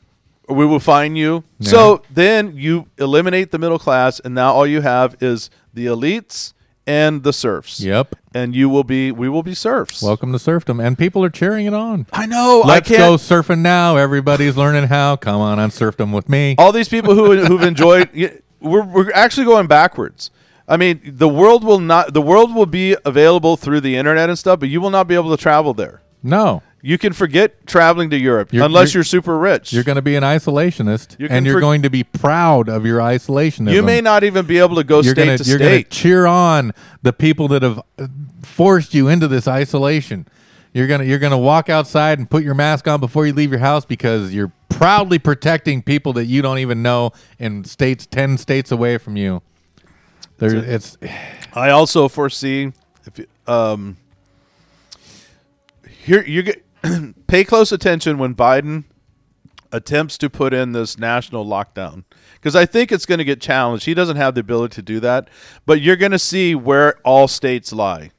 Speaker 2: or we will fine you
Speaker 1: Yeah.
Speaker 2: so then you eliminate the middle class and now all you have is the elites and the serfs
Speaker 1: yep.
Speaker 2: and you will be we will be serfs
Speaker 1: Welcome to serfdom, and people are cheering it on.
Speaker 2: i know
Speaker 1: Let's
Speaker 2: i
Speaker 1: go
Speaker 2: can't
Speaker 1: surfing now. Everybody's learning how. Come on on serfdom with me.
Speaker 2: all these people who, who've enjoyed y- we're, we're actually going backwards i mean the world will not the world will be available through the internet and stuff but you will not be able to travel there
Speaker 1: No.
Speaker 2: you can forget traveling to europe
Speaker 1: You're-
Speaker 2: unless
Speaker 1: you're-
Speaker 2: you're, super rich
Speaker 1: You're going to be an isolationist,
Speaker 2: You can
Speaker 1: and you're
Speaker 2: for-
Speaker 1: going to be proud of your isolationism.
Speaker 2: you may not even be able to go
Speaker 1: You're
Speaker 2: state
Speaker 1: gonna,
Speaker 2: to
Speaker 1: you're
Speaker 2: state
Speaker 1: gonna cheer on the people that have uh, forced you into this isolation. You're gonna you're gonna walk outside and put your mask on before you leave your house because you're proudly protecting people that you don't even know in states ten states away from you. There, it's
Speaker 2: I also foresee if you- um here you get pay close attention when Biden attempts to put in this national lockdown because I think it's going to get challenged. He doesn't have the ability to do that, but you're going to see where all states lie,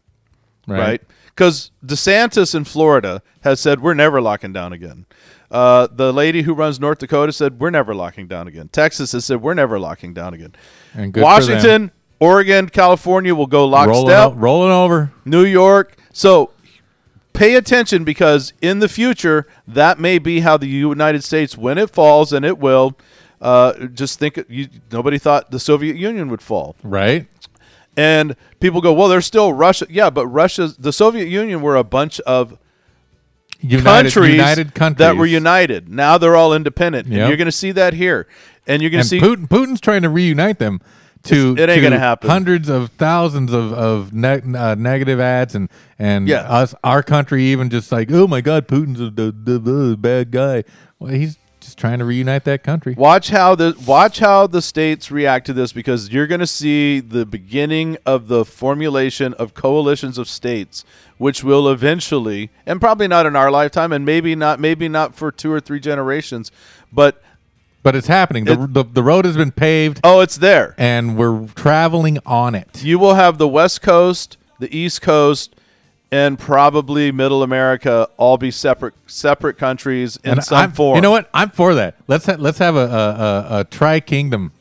Speaker 2: right? Because DeSantis in Florida has said we're never locking down again. Uh, the lady who runs North Dakota said we're never locking down again. Texas has said we're never locking down again.
Speaker 1: And good for them.
Speaker 2: Washington, Oregon, California will go
Speaker 1: rolling,
Speaker 2: lockstep.
Speaker 1: o- rolling over.
Speaker 2: New York. So pay attention because in the future that may be how the United States, when it falls, and it will. Uh, just think, you, nobody thought the Soviet Union would fall,
Speaker 1: right?
Speaker 2: and people go, "Well, there's still Russia." Yeah, but Russia's the Soviet Union were a bunch of
Speaker 1: United
Speaker 2: countries,
Speaker 1: United countries
Speaker 2: that were united. Now they're all independent,
Speaker 1: Yep.
Speaker 2: and you're going to see that here, and you're going
Speaker 1: And
Speaker 2: to see
Speaker 1: Putin, Putin's trying to reunite them. To
Speaker 2: It's- it ain't
Speaker 1: to
Speaker 2: gonna happen.
Speaker 1: Hundreds of thousands of of ne- uh, negative ads and and
Speaker 2: Yeah.
Speaker 1: us our country even just like oh my god Putin's a d- d- d- bad guy. Well, he's just trying to reunite that country.
Speaker 2: Watch how the watch how the states react to this because you're going to see the beginning of the formulation of coalitions of states, which will eventually, and probably not in our lifetime, and maybe not, maybe not for two or three generations, but
Speaker 1: But it's happening. The, the the road has been paved
Speaker 2: oh, it's there.
Speaker 1: and we're traveling on it.
Speaker 2: You will have the West Coast, the East Coast, and probably Middle America all be separate separate countries in
Speaker 1: And
Speaker 2: some
Speaker 1: I'm,
Speaker 2: form.
Speaker 1: You know what? I'm for that. Let's ha- let's have a a, a, a tri kingdom.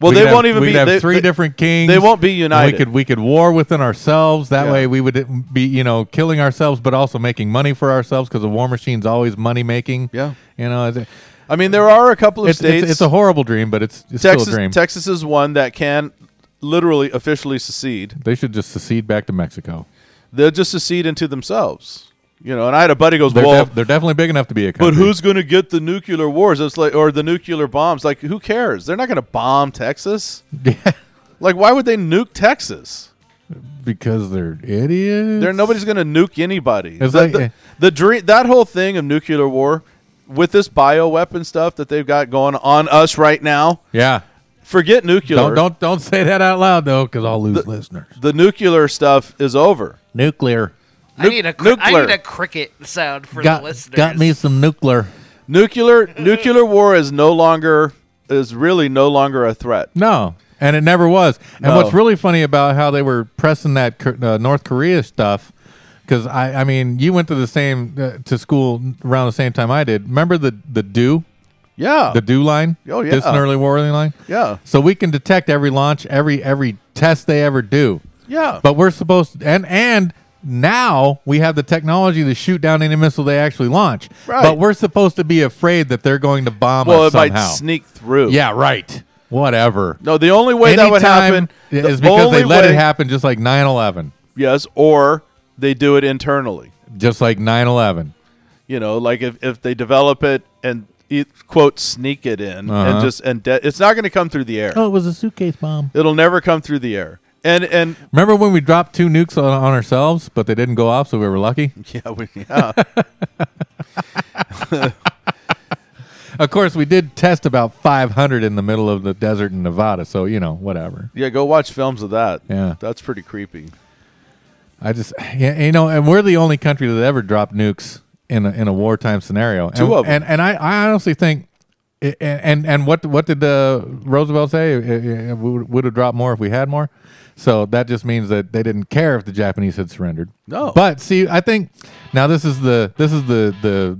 Speaker 2: Well,
Speaker 1: We
Speaker 2: they
Speaker 1: could
Speaker 2: won't
Speaker 1: have-
Speaker 2: even
Speaker 1: we
Speaker 2: be
Speaker 1: could have
Speaker 2: they-
Speaker 1: three
Speaker 2: they-
Speaker 1: different kings.
Speaker 2: They won't be
Speaker 1: And
Speaker 2: united.
Speaker 1: We could we could war within ourselves. That
Speaker 2: Yeah.
Speaker 1: way we would be you know killing ourselves, but also making money for ourselves because the war machine's always money making.
Speaker 2: Yeah.
Speaker 1: you know it's,
Speaker 2: I mean, there are a couple of
Speaker 1: it's,
Speaker 2: states.
Speaker 1: it's, it's a horrible dream, but it's, it's
Speaker 2: Texas,
Speaker 1: still a dream.
Speaker 2: Texas is one that can literally officially secede.
Speaker 1: they should just secede back to Mexico.
Speaker 2: They'll just secede into themselves. You know, and I had a buddy goes,
Speaker 1: They're,
Speaker 2: "Well,
Speaker 1: def- they're definitely big enough to be a country.
Speaker 2: but who's going to get the nuclear wars? It's like or the nuclear bombs. Like, who cares? They're not going to bomb Texas. Like, why would they nuke Texas?
Speaker 1: because they're idiots.
Speaker 2: There, nobody's going to nuke anybody.
Speaker 1: It's
Speaker 2: the,
Speaker 1: like- eh.
Speaker 2: the, the dream, that whole thing of nuclear war, with this bioweapon stuff that they've got going on us right now.
Speaker 1: yeah.
Speaker 2: Forget nuclear.
Speaker 1: Don't don't don't say that out loud though, because I'll lose listeners.
Speaker 2: The nuclear stuff is over.
Speaker 1: Nuclear
Speaker 3: I need a cri- I
Speaker 2: nuclear.
Speaker 3: need a cricket sound for
Speaker 1: got
Speaker 3: the listeners.
Speaker 1: got me some nuclear.
Speaker 2: Nuclear nuclear war is no longer is really no longer a threat.
Speaker 1: No, and it never was. And
Speaker 2: No.
Speaker 1: what's really funny about how they were pressing that Cor- uh, North Korea stuff, because I, I mean, you went to the same uh, to school around the same time I did. Remember the the do
Speaker 2: Yeah.
Speaker 1: the do line?
Speaker 2: Oh, yeah.
Speaker 1: distant early warning line.
Speaker 2: Yeah.
Speaker 1: So we can detect every launch, every every test they ever do.
Speaker 2: yeah.
Speaker 1: But we're supposed to, and and now we have the technology to shoot down any missile they actually launch.
Speaker 2: Right.
Speaker 1: But we're supposed to be afraid that they're going to bomb
Speaker 2: well, it
Speaker 1: us somehow.
Speaker 2: might sneak through.
Speaker 1: yeah, right. Whatever.
Speaker 2: No, the only way that would happen
Speaker 1: is
Speaker 2: the
Speaker 1: because they
Speaker 2: only
Speaker 1: let
Speaker 2: way-
Speaker 1: it happen just like 9-11
Speaker 2: Yes, or they do it internally.
Speaker 1: just like 9-11
Speaker 2: You know, like if, if they develop it and e- quote sneak it in
Speaker 1: Uh-huh. Oh.
Speaker 2: and just and de- it's not going to come through the air.
Speaker 1: it was a suitcase bomb
Speaker 2: It'll never come through the air. And and
Speaker 1: remember when we dropped two nukes on, on ourselves but they didn't go off so we were lucky
Speaker 2: yeah, we, yeah.
Speaker 1: of course we did test about 500 in the middle of the desert in nevada so you know whatever
Speaker 2: yeah, go watch films of that.
Speaker 1: Yeah.
Speaker 2: That's pretty creepy.
Speaker 1: i just yeah, you know and we're the only country that ever dropped nukes in a, in a wartime scenario and,
Speaker 2: Two of 'em.
Speaker 1: and and i, I honestly think and and, and what what did uh, Roosevelt say? Uh, uh, We would would have dropped more if we had more. So that just means that they didn't care if the Japanese had surrendered.
Speaker 2: No.
Speaker 1: But see, I think now this is the this is the the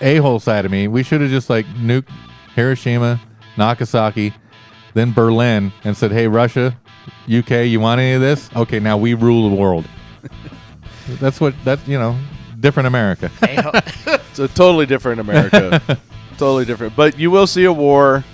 Speaker 1: a hole side of me. We should have just like nuked Hiroshima, Nagasaki, then Berlin, and said, "Hey, Russia, UK, you want any of this? Okay, now we rule the world." that's what that's you know, different America.
Speaker 3: Hey, ho-
Speaker 2: It's a totally different America. totally different. But you will see a war.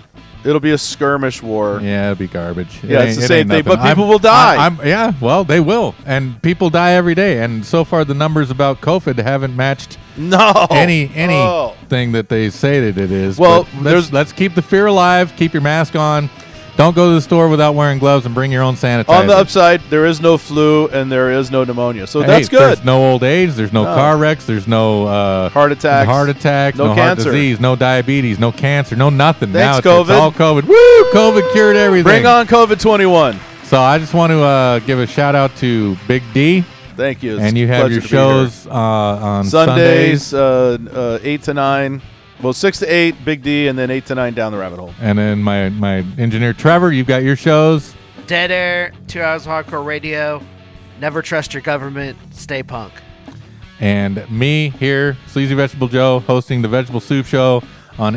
Speaker 2: It'll be a skirmish war.
Speaker 1: Yeah, it'd be garbage. It
Speaker 2: Yeah, it's
Speaker 1: ain't-
Speaker 2: the
Speaker 1: it
Speaker 2: same
Speaker 1: ain't
Speaker 2: thing,
Speaker 1: nothing.
Speaker 2: but people will die.
Speaker 1: I- I'm- yeah, well, they will, and people die every day. And so far, the numbers about COVID haven't matched
Speaker 2: No.
Speaker 1: any any
Speaker 2: Oh.
Speaker 1: thing that they say that it is.
Speaker 2: Well,
Speaker 1: But let's,
Speaker 2: there's-
Speaker 1: let's keep the fear alive. Keep your mask on. Don't go to the store without wearing gloves, and bring your own sanitizer.
Speaker 2: On the upside, there is no flu and there is no pneumonia. So
Speaker 1: Hey,
Speaker 2: that's good.
Speaker 1: There's no old age. There's no,
Speaker 2: No.
Speaker 1: car wrecks. There's no uh,
Speaker 2: Heart attacks.
Speaker 1: Heart attacks. No,
Speaker 2: No
Speaker 1: heart
Speaker 2: cancer.
Speaker 1: disease. No diabetes. No cancer. No nothing. now
Speaker 2: Thanks,
Speaker 1: it's, it's
Speaker 2: COVID.
Speaker 1: all COVID. Woo! COVID cured everything.
Speaker 2: Bring on COVID 21.
Speaker 1: So I just want to uh, give a shout out to Big D,
Speaker 2: Thank you. It's
Speaker 1: and you
Speaker 2: a
Speaker 1: have
Speaker 2: pleasure
Speaker 1: your
Speaker 2: to be here.
Speaker 1: shows uh, on
Speaker 2: Sundays,
Speaker 1: Sundays,
Speaker 2: Uh, uh, 8 to 9. Well, 6 to 8, Big D, and then 8 to 9 down the rabbit hole.
Speaker 1: and then my my engineer Trevor, you've got your shows.
Speaker 3: Dead Air, Two Hours of Hardcore Radio. Never trust your government. Stay punk.
Speaker 1: and me here, Sleazy Vegetable Joe, hosting the Vegetable Soup Show on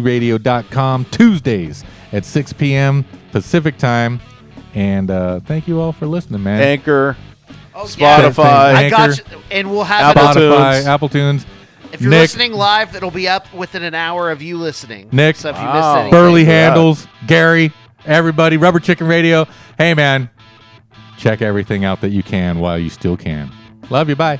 Speaker 1: NWCZRadio.com Tuesdays at 6 p.m. Pacific time. And uh, thank you all for listening, man.
Speaker 2: Anchor,
Speaker 3: Oh,
Speaker 2: Spotify.
Speaker 3: I got
Speaker 1: Anchor.
Speaker 3: you. And we'll have
Speaker 2: Apple
Speaker 3: it. up-
Speaker 1: Spotify,
Speaker 2: Tunes.
Speaker 1: Apple Tunes.
Speaker 3: If you're
Speaker 1: Nick.
Speaker 3: listening live, it'll be up within an hour of you listening.
Speaker 1: Nick.
Speaker 3: So if you
Speaker 2: Wow.
Speaker 3: missed anything,
Speaker 1: Burley
Speaker 2: Yeah.
Speaker 1: Handles, Gary, everybody, Rubber Chicken Radio. Hey, man, check everything out that you can while you still can. Love you. Bye.